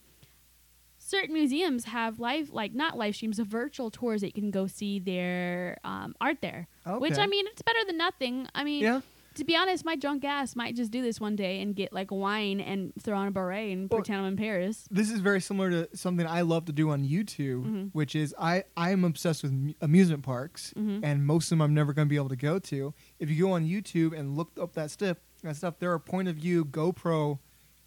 [SPEAKER 2] certain museums have live, like not live streams, but virtual tours that you can go see their um, art there. Which
[SPEAKER 1] Okay.
[SPEAKER 2] I mean, it's better than nothing. I mean,
[SPEAKER 1] Yeah.
[SPEAKER 2] to be honest, my drunk ass might just do this one day and get like wine and throw on a beret and
[SPEAKER 1] Well-
[SPEAKER 2] pretend I'm in Paris.
[SPEAKER 1] this is very similar to something I love to do on YouTube,
[SPEAKER 2] Mhm.
[SPEAKER 1] which is I I am obsessed with mu- amusement parks,
[SPEAKER 2] Mhm.
[SPEAKER 1] and most of them I'm never going to be able to go to. If you go on YouTube and look up that stuff, that stuff, there are point of view GoPro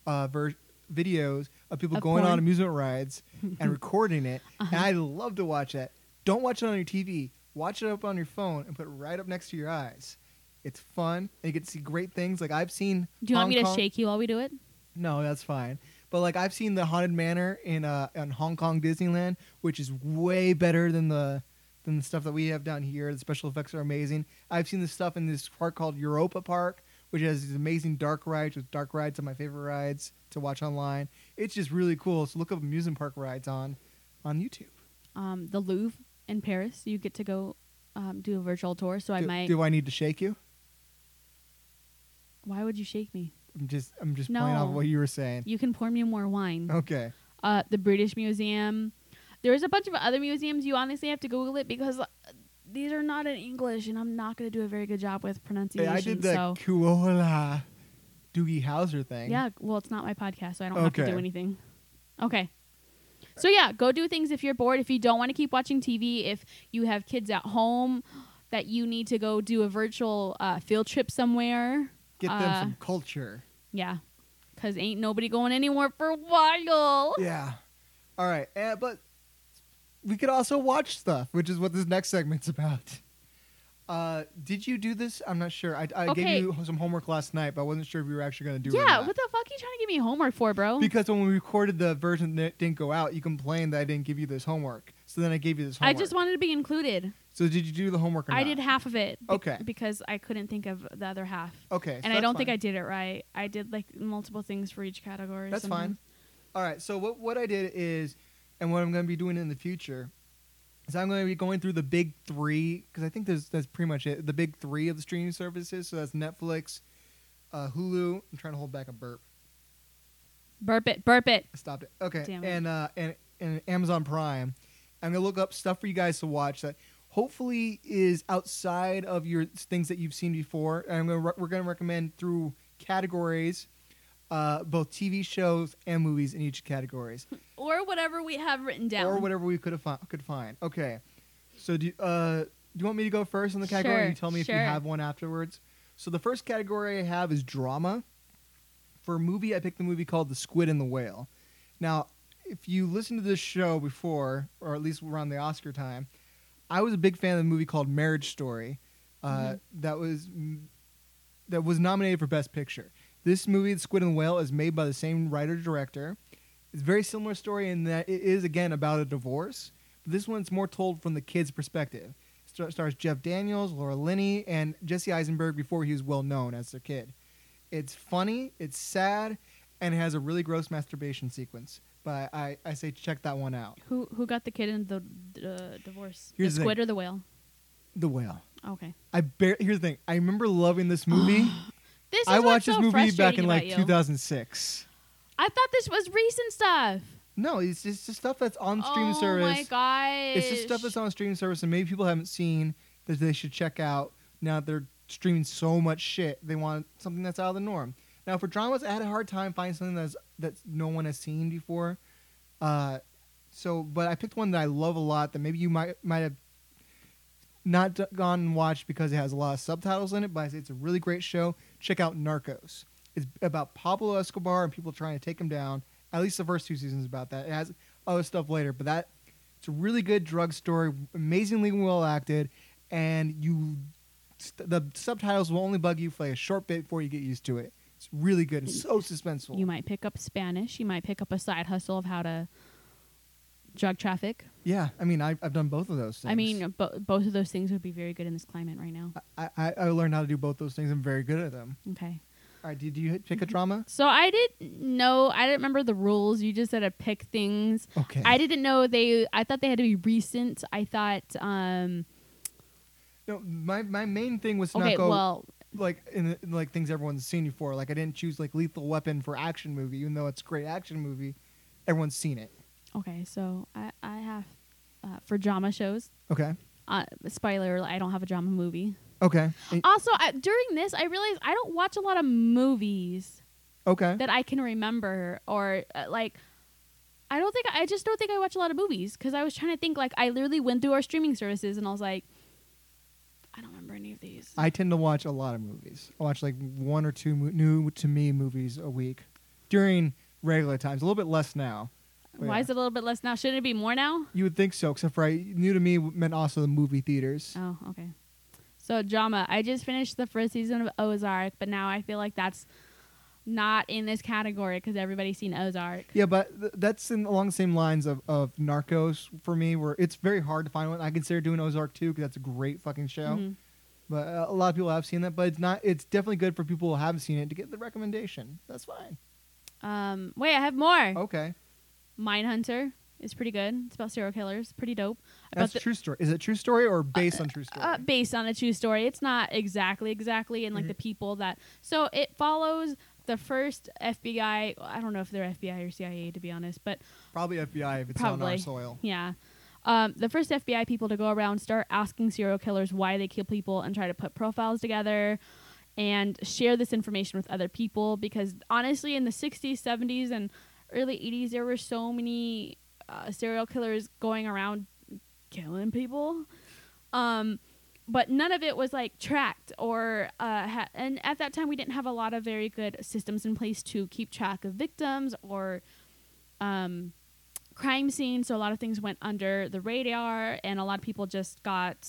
[SPEAKER 1] uh, ver- videos of people
[SPEAKER 2] Of
[SPEAKER 1] going on
[SPEAKER 2] porn. Uh-huh.
[SPEAKER 1] amusement
[SPEAKER 2] (laughs)
[SPEAKER 1] rides and recording it, and I love to watch that. Don't watch it on your TV. Watch it up on your phone and put it right up next to your eyes. It's fun, and you get to see great things. Like I've seen.
[SPEAKER 2] Do you
[SPEAKER 1] Hong
[SPEAKER 2] want me to
[SPEAKER 1] Kong-
[SPEAKER 2] shake you while we do it?
[SPEAKER 1] no, that's fine. But like I've seen the Haunted Manor in uh in Hong Kong Disneyland, which is way better than the than the stuff that we have down here. The special effects are amazing. I've seen the stuff in this park called Europa Park, which has these amazing dark rides with dark rides are my favorite rides to watch online. It's just really cool. So look up amusement park rides on on YouTube.
[SPEAKER 2] Um, the Louvre in Paris, you get to go um, do a virtual tour. So I
[SPEAKER 1] do,
[SPEAKER 2] might.
[SPEAKER 1] do I need to shake you?
[SPEAKER 2] why would you shake me?
[SPEAKER 1] I'm just I'm just playing off
[SPEAKER 2] No.
[SPEAKER 1] what you were saying.
[SPEAKER 2] You can pour me more wine.
[SPEAKER 1] Okay.
[SPEAKER 2] Uh, the British Museum. There is a bunch of other museums. You honestly have to Google it because uh, these are not in English, and I'm not going to do a very good job with
[SPEAKER 1] Hey,
[SPEAKER 2] pronunciation.
[SPEAKER 1] I did that
[SPEAKER 2] so
[SPEAKER 1] Kuola Doogie Howser thing.
[SPEAKER 2] Yeah, well, it's not my podcast, so I don't have
[SPEAKER 1] Okay.
[SPEAKER 2] to do anything. Okay. So yeah, go do things if you're bored, if you don't want to keep watching TV, if you have kids at home that you need to go do a virtual uh, field trip somewhere.
[SPEAKER 1] Get them
[SPEAKER 2] Uh,
[SPEAKER 1] some culture.
[SPEAKER 2] Yeah. Cause ain't nobody going anywhere for a while.
[SPEAKER 1] Yeah. All right. Uh, but we could also watch stuff, which is what this next segment's about. Uh, did you do this? I'm not sure. I, I
[SPEAKER 2] Okay.
[SPEAKER 1] gave you some homework last night, but I wasn't sure if you were actually going to do it. or
[SPEAKER 2] Yeah,
[SPEAKER 1] not.
[SPEAKER 2] what the fuck you trying to give me homework for, bro?
[SPEAKER 1] Because when we recorded the version that didn't go out, you complained that I didn't give you this homework. So then I gave you this
[SPEAKER 2] I
[SPEAKER 1] homework.
[SPEAKER 2] just wanted to be included.
[SPEAKER 1] So did you do the homework or not?
[SPEAKER 2] I did half of it. be-
[SPEAKER 1] Okay.
[SPEAKER 2] Because I couldn't think of the other half.
[SPEAKER 1] Okay. so
[SPEAKER 2] and I
[SPEAKER 1] that's
[SPEAKER 2] don't
[SPEAKER 1] fine.
[SPEAKER 2] think I did it right. I did like multiple things for each category.
[SPEAKER 1] That's
[SPEAKER 2] sometimes.
[SPEAKER 1] fine. All right. So what what I did is, and what I'm going to be doing in the future, is I'm going to be going through the big three because I think there's that's pretty much it. The big three of the streaming services. So that's Netflix, uh, Hulu. I'm trying to hold back a burp.
[SPEAKER 2] Burp it, burp it.
[SPEAKER 1] I stopped it. Okay.
[SPEAKER 2] Damn it.
[SPEAKER 1] And uh, and and Amazon Prime. I'm gonna look up stuff for you guys to watch that hopefully is outside of your things that you've seen before. And I'm gonna re- we're gonna recommend through categories, uh, both TV shows and movies in each categories.
[SPEAKER 2] Or whatever we have written down.
[SPEAKER 1] or whatever we could have fi- could find. Okay, so do you- uh, do you want me to go first in the category? and
[SPEAKER 2] Sure,
[SPEAKER 1] you tell me if
[SPEAKER 2] sure.
[SPEAKER 1] you have one afterwards. So the first category I have is drama. For a movie, I picked the movie called The Squid and the Whale. Now, if you listen to this show before, or at least around the Oscar time, I was a big fan of the movie called Marriage Story. Uh,
[SPEAKER 2] Mm-hmm.
[SPEAKER 1] That was that was nominated for Best Picture. This movie, The Squid and the Whale, is made by the same writer director. It's a very similar story in that it is again about a divorce. But this one's more told from the kid's perspective. It star- stars Jeff Daniels, Laura Linney, and Jesse Eisenberg before he was well known as the kid. It's funny, it's sad, and it has a really gross masturbation sequence. But I, I say check that one out.
[SPEAKER 2] Who who got the kid in the uh, divorce?
[SPEAKER 1] Here's the
[SPEAKER 2] the
[SPEAKER 1] thing.
[SPEAKER 2] squid or the whale?
[SPEAKER 1] The Whale.
[SPEAKER 2] Okay.
[SPEAKER 1] I bar- here's the thing. I remember loving this movie.
[SPEAKER 2] (gasps) This is
[SPEAKER 1] I watched
[SPEAKER 2] what's
[SPEAKER 1] this
[SPEAKER 2] so
[SPEAKER 1] movie back
[SPEAKER 2] frustrating
[SPEAKER 1] in
[SPEAKER 2] about
[SPEAKER 1] like
[SPEAKER 2] you.
[SPEAKER 1] 2006.
[SPEAKER 2] I thought this was recent stuff.
[SPEAKER 1] No, it's just the stuff that's on streaming
[SPEAKER 2] oh
[SPEAKER 1] service.
[SPEAKER 2] my gosh.
[SPEAKER 1] It's just stuff that's on streaming service and maybe people haven't seen that they should check out. Now that they're streaming so much shit, they want something that's out of the norm. Now for dramas, I had a hard time finding something that's that no one has seen before. Uh, so, but I picked one that I love a lot that maybe you might might have not d- gone and watched because it has a lot of subtitles in it. But it's a really great show. Check out Narcos. It's about Pablo Escobar and people trying to take him down. At least the first two seasons about that. It has other stuff later, but that it's a really good drug story, amazingly well acted, and you st- the subtitles will only bug you for like a short bit before you get used to it. It's really good and so suspenseful.
[SPEAKER 2] You might pick up Spanish. You might pick up a side hustle of how to drug traffic.
[SPEAKER 1] yeah, I mean, I, I've done both of those things.
[SPEAKER 2] I mean, bo- both of those things would be very good in this climate right now.
[SPEAKER 1] I, I, I learned how to do both those things. I'm very good at them.
[SPEAKER 2] Okay.
[SPEAKER 1] All right, did you
[SPEAKER 2] Mm-hmm.
[SPEAKER 1] pick a drama?
[SPEAKER 2] So I didn't know. I didn't remember the rules. You just said to pick things.
[SPEAKER 1] Okay.
[SPEAKER 2] I didn't know they. I thought they had to be recent. I thought. um
[SPEAKER 1] No, my, my main thing was to
[SPEAKER 2] Okay.
[SPEAKER 1] not go
[SPEAKER 2] Well.
[SPEAKER 1] like in, in, like things everyone's seen before. Like I didn't choose like Lethal Weapon for action movie, even though it's a great action movie. Everyone's seen it.
[SPEAKER 2] Okay. So I. I have uh, for drama shows.
[SPEAKER 1] Okay.
[SPEAKER 2] Uh, spoiler: alert, I don't have a drama movie.
[SPEAKER 1] Okay. Eh,
[SPEAKER 2] Also, I, during this, I realized I don't watch a lot of movies.
[SPEAKER 1] okay.
[SPEAKER 2] that I can remember or uh, like I don't think I just don't think I watch a lot of movies cuz I was trying to think like I literally went through our streaming services and I was like I don't remember any of these.
[SPEAKER 1] I tend to watch a lot of movies. I watch like one or two mo- new to me movies a week during regular times. A little bit less now. but
[SPEAKER 2] Why
[SPEAKER 1] oh, yeah.
[SPEAKER 2] is it a little bit less now? Shouldn't it be more now?
[SPEAKER 1] You would think so, except for I, new to me meant also the movie theaters.
[SPEAKER 2] Oh, okay. So drama. I just finished the first season of Ozark, but now I feel like that's not in this category cuz everybody's seen Ozark.
[SPEAKER 1] Yeah, but th- that's in along the same lines of, of Narcos for me, where it's very hard to find one. I consider doing Ozark too because that's a great fucking show.
[SPEAKER 2] Mhm.
[SPEAKER 1] But uh, a lot of people have seen that, but it's not. It's definitely good for people who haven't seen it to get the recommendation. That's fine.
[SPEAKER 2] Um wait, I have more.
[SPEAKER 1] Okay,
[SPEAKER 2] Mindhunter is pretty good. It's about serial killers. Pretty dope. About
[SPEAKER 1] that's
[SPEAKER 2] the-
[SPEAKER 1] a true story. Is it true story or based on true story?
[SPEAKER 2] uh, based on a true story. It's not exactly exactly
[SPEAKER 1] Mm-hmm.
[SPEAKER 2] and like the people that so it follows the first FBI. I don't know if they're FBI or CIA to be honest, but
[SPEAKER 1] Probably FBI if it's on our
[SPEAKER 2] Probably.
[SPEAKER 1] soil.
[SPEAKER 2] yeah. Um, the first FBI people to go around start asking serial killers why they kill people and try to put profiles together and share this information with other people because honestly in the 60s 70s and early 80s there were so many uh, serial killers going around killing people um, but none of it was like tracked or uh, ha- and at that time we didn't have a lot of very good systems in place to keep track of victims or um, crime scenes so a lot of things went under the radar and a lot of people just got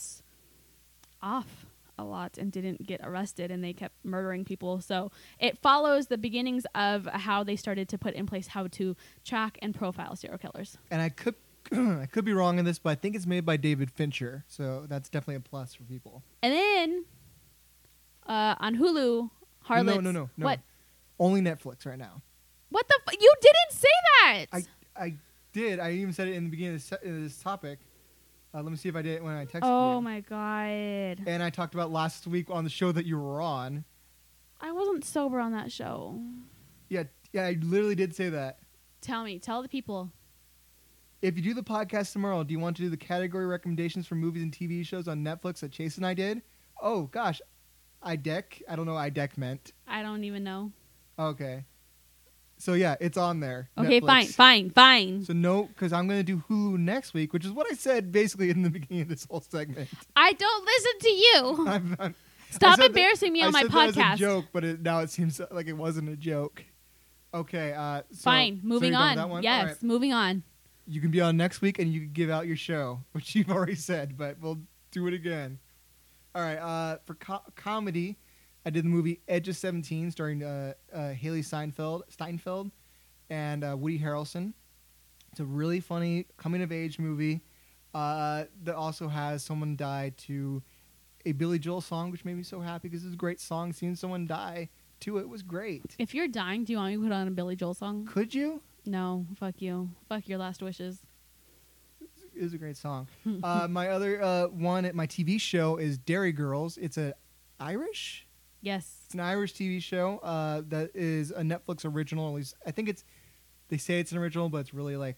[SPEAKER 2] off a lot and didn't get arrested and they kept murdering people so it follows the beginnings of how they started to put in place how to track and profile serial killers
[SPEAKER 1] and I could (clears throat) I could be wrong in this, but I think it's made by David Fincher, so that's definitely a plus for people.
[SPEAKER 2] and then uh, on hulu harlots
[SPEAKER 1] No, no, no, no.
[SPEAKER 2] what
[SPEAKER 1] Only Netflix right now.
[SPEAKER 2] What the? F- you didn't say that.
[SPEAKER 1] I I did. I even said it in the beginning of this, uh, this topic. Uh, let me see if I did it when I texted you.
[SPEAKER 2] oh my god.
[SPEAKER 1] And I talked about last week on the show that you were on.
[SPEAKER 2] I wasn't sober on that show.
[SPEAKER 1] Yeah, yeah, I literally did say that.
[SPEAKER 2] Tell me. Tell the people.
[SPEAKER 1] If you do the podcast tomorrow, do you want to do the category recommendations for movies and TV shows on Netflix that Chase and I did? Oh gosh, I deck. I don't know what I deck meant.
[SPEAKER 2] I don't even know.
[SPEAKER 1] Okay. So yeah, it's on there.
[SPEAKER 2] Okay,
[SPEAKER 1] Netflix.
[SPEAKER 2] fine, fine, fine.
[SPEAKER 1] So no, because I'm gonna do Hulu next week, which is what I said basically in the (laughs) beginning of this whole segment.
[SPEAKER 2] I don't listen
[SPEAKER 1] (laughs)
[SPEAKER 2] to you.
[SPEAKER 1] I'm, I'm,
[SPEAKER 2] Stop
[SPEAKER 1] said that-
[SPEAKER 2] embarrassing me
[SPEAKER 1] I
[SPEAKER 2] on my
[SPEAKER 1] said that as a
[SPEAKER 2] podcast.
[SPEAKER 1] joke, but it, now it seems like it wasn't a joke. Okay, uh, so,
[SPEAKER 2] Fine,
[SPEAKER 1] so
[SPEAKER 2] moving
[SPEAKER 1] you're done with that
[SPEAKER 2] on.
[SPEAKER 1] one?
[SPEAKER 2] Yes,
[SPEAKER 1] All right.
[SPEAKER 2] moving on.
[SPEAKER 1] you can be on next week and you can give out your show, (laughs) which you've already said, but we'll do it again. All right, uh, for co- comedy, I did the movie Edge of Seventeen, starring uh, uh, Haley Steinfeld, Steinfeld, and uh, Woody Harrelson. It's a really funny coming of age movie uh, that also has someone die to a Billy Joel song, which made me so happy because it's a great song. Seeing someone die to it was great.
[SPEAKER 2] If you're dying, do you want me to put on a Billy Joel song?
[SPEAKER 1] Could you?
[SPEAKER 2] No, fuck you. Fuck your last wishes.
[SPEAKER 1] It was a great song. uh, my other uh, one at my TV show is Dairy Girls. It's a Irish.
[SPEAKER 2] Yes.
[SPEAKER 1] It's an Irish TV show uh, that is a Netflix original. At least I think it's. They say it's an original, but it's really like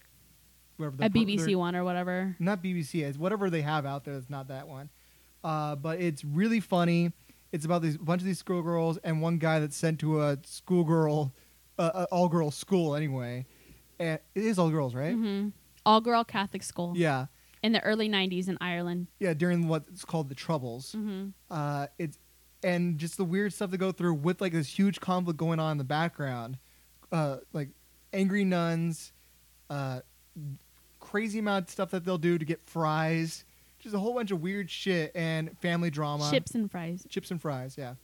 [SPEAKER 1] whoever the
[SPEAKER 2] A BBC
[SPEAKER 1] one.
[SPEAKER 2] one or whatever.
[SPEAKER 1] Not BBC. It's whatever they have out there. It's not that one. Uh, but it's really funny. It's about these bunch of these schoolgirls and one guy that's sent to a schoolgirl, uh, uh, all girls school anyway. And it is all girls, right?
[SPEAKER 2] hmm All girl Catholic school
[SPEAKER 1] Yeah,
[SPEAKER 2] in the early 90s in Ireland.
[SPEAKER 1] yeah. During what's called the Troubles.
[SPEAKER 2] hmm
[SPEAKER 1] uh, it's and just the weird stuff to go through with like this huge conflict going on in the background, uh, like angry nuns, uh, crazy amount of stuff that they'll do to get fries, just a whole bunch of weird shit and family drama.
[SPEAKER 2] Chips and fries.
[SPEAKER 1] chips and fries, yeah.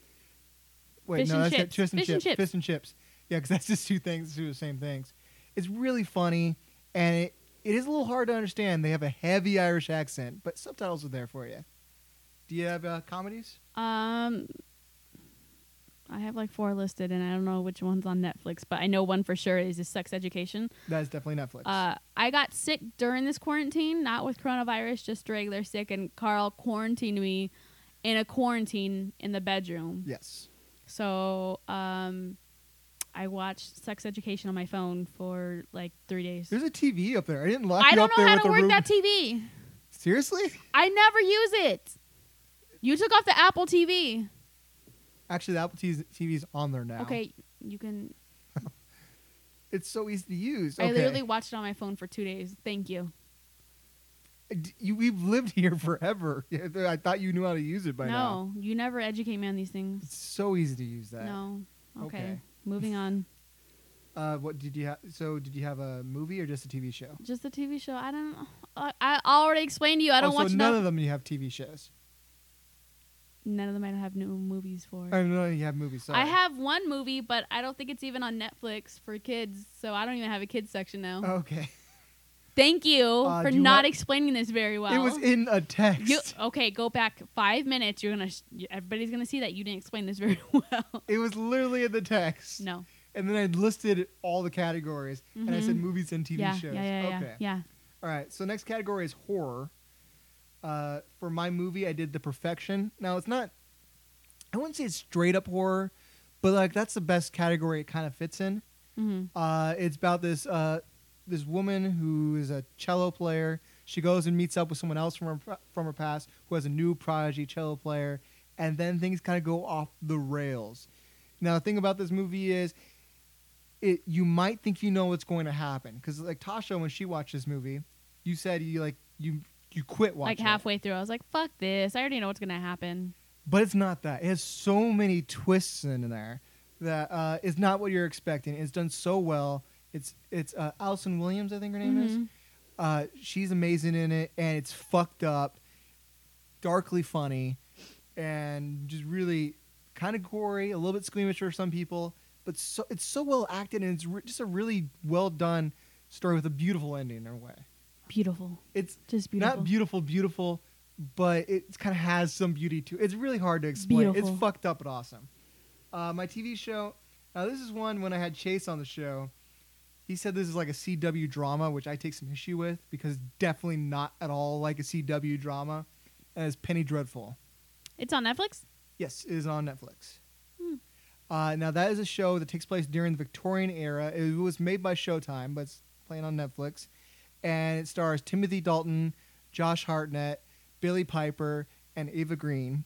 [SPEAKER 1] Wait,
[SPEAKER 2] Fish
[SPEAKER 1] no,
[SPEAKER 2] and
[SPEAKER 1] that's
[SPEAKER 2] chips.
[SPEAKER 1] Chips and
[SPEAKER 2] Fish and
[SPEAKER 1] chips.
[SPEAKER 2] chips.
[SPEAKER 1] Fish and chips. Yeah, because (laughs) that's just two things, two of the same things. It's really funny, and it, it is a little hard to understand. They have a heavy Irish accent, but subtitles are there for you. Do you have uh, comedies?
[SPEAKER 2] Um, I have like four listed, and I don't know which one's on Netflix, but I know one for sure is, is Sex Education.
[SPEAKER 1] That's definitely Netflix.
[SPEAKER 2] Uh, I got sick during this quarantine, not with coronavirus, just regular sick, and Carl quarantined me in a quarantine in the bedroom.
[SPEAKER 1] yes.
[SPEAKER 2] So, um, I watched Sex Education on my phone for like three days.
[SPEAKER 1] There's a TV up there. I didn't lock
[SPEAKER 2] I
[SPEAKER 1] you up
[SPEAKER 2] don't know
[SPEAKER 1] there
[SPEAKER 2] how
[SPEAKER 1] with
[SPEAKER 2] to
[SPEAKER 1] the
[SPEAKER 2] work
[SPEAKER 1] room.
[SPEAKER 2] that TV.
[SPEAKER 1] Seriously? (laughs)
[SPEAKER 2] I never use it. You took off the Apple TV.
[SPEAKER 1] Actually, the Apple TV's on there now.
[SPEAKER 2] Okay, you can
[SPEAKER 1] It's so easy to use.
[SPEAKER 2] I
[SPEAKER 1] Okay.
[SPEAKER 2] literally watched it on my phone for two days. Thank you.
[SPEAKER 1] D- you, we've lived here (laughs) forever. I thought you knew how to use it by
[SPEAKER 2] no,
[SPEAKER 1] now.
[SPEAKER 2] you never educate me on these things.
[SPEAKER 1] It's so easy to use that.
[SPEAKER 2] No. Okay.
[SPEAKER 1] Okay.
[SPEAKER 2] Moving on.
[SPEAKER 1] Uh, what did you have? So did you have a movie or just a TV show?
[SPEAKER 2] Just the TV show. I don't. I, I already explained to you. I don't
[SPEAKER 1] oh,
[SPEAKER 2] watch
[SPEAKER 1] so
[SPEAKER 2] none,
[SPEAKER 1] none of them. You have TV shows.
[SPEAKER 2] none of them. I don't have new movies for.
[SPEAKER 1] Oh, no, you have movies. Sorry.
[SPEAKER 2] I have one movie, but I don't think it's even on Netflix for kids. So I don't even have a kids section now.
[SPEAKER 1] Okay. (laughs)
[SPEAKER 2] Thank you
[SPEAKER 1] Oh. Uh,
[SPEAKER 2] for
[SPEAKER 1] do you
[SPEAKER 2] not
[SPEAKER 1] want-
[SPEAKER 2] explaining this very well.
[SPEAKER 1] It was in a text.
[SPEAKER 2] You, okay, go back five minutes. You're gonna. sh- Everybody's gonna see that you didn't explain this (laughs) very well.
[SPEAKER 1] It was literally in the text.
[SPEAKER 2] No.
[SPEAKER 1] And then I listed all the categories, and I
[SPEAKER 2] Mhm.
[SPEAKER 1] said movies and TV
[SPEAKER 2] yeah,
[SPEAKER 1] shows.
[SPEAKER 2] yeah. Yeah. Yeah.
[SPEAKER 1] okay.
[SPEAKER 2] Yeah.
[SPEAKER 1] All right. So next category is horror. Uh, for my movie, I did The Perfection. Now it's not. I wouldn't say it's straight up horror, but like that's the best category it kind of fits in.
[SPEAKER 2] Mm-hmm.
[SPEAKER 1] Uh, it's about this uh, this woman who is a cello player. She goes and meets up with someone else from her from her past who has a new prodigy cello player, and then things kind of go off the rails. Now, the thing about this movie is, it you might think you know what's going to happen because like Tasha, when she watched this movie, you said you like you you quit watching.
[SPEAKER 2] like
[SPEAKER 1] it.
[SPEAKER 2] halfway through. I was like, fuck this. I already know what's going to happen.
[SPEAKER 1] but it's not that. It has so many twists in there that uh, is not what you're expecting. It's done so well. It's it's uh, Allison Williams, I think her name is.
[SPEAKER 2] Mhm.
[SPEAKER 1] Uh, she's amazing in it, and it's fucked up, darkly funny, and just really kind of gory, a little bit squeamish for some people. But so it's so well acted, and it's re- just a really well done story with a beautiful ending in a way.
[SPEAKER 2] Beautiful.
[SPEAKER 1] It's
[SPEAKER 2] Just beautiful.
[SPEAKER 1] not beautiful, beautiful, but it kind of has some beauty to it. It's really hard to explain.
[SPEAKER 2] Beautiful.
[SPEAKER 1] It's fucked up and awesome. Uh, my TV show. Now this is one when I had Chase on the show. He said this is like a CW drama, which I take some issue with because it's definitely not at all like a CW drama. And it's Penny Dreadful.
[SPEAKER 2] It's on Netflix?
[SPEAKER 1] Yes, it is on Netflix.
[SPEAKER 2] Hmm.
[SPEAKER 1] Uh, now that is a show that takes place during the Victorian era. It was made by Showtime, but it's playing on Netflix, and it stars Timothy Dalton, Josh Hartnett, Billy Piper, and Ava Green,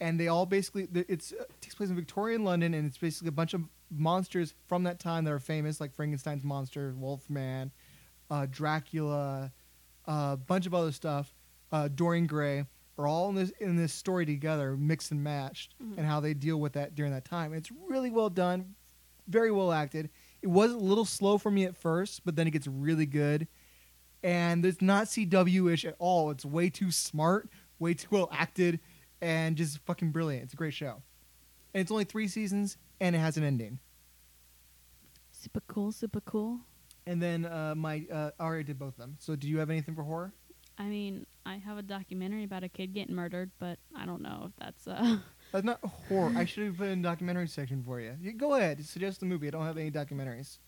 [SPEAKER 1] and they all basically th- it's uh, takes place in Victorian London, and it's basically a bunch of monsters from that time that are famous, like Frankenstein's monster, Wolfman, uh, Dracula, a bunch of other stuff. Uh, Dorian Gray are all in this in this story together, mixed and matched,
[SPEAKER 2] Mhm.
[SPEAKER 1] and how they deal with that during that time. It's really well done, very well acted. It was a little slow for me at first, but then it gets really good. And it's not CW ish at all. It's way too smart, way too well acted, and just fucking brilliant. It's a great show. And it's only three seasons, and it has an ending.
[SPEAKER 2] Super cool, super cool.
[SPEAKER 1] And then uh, my uh, I already did both of them. So do you have anything for horror?
[SPEAKER 2] I mean, I have a documentary about a kid getting murdered, but I don't know if that's uh (laughs)
[SPEAKER 1] That's not horror. I should have put in documentary section for you. you. Go ahead, suggest the movie. I don't have any documentaries.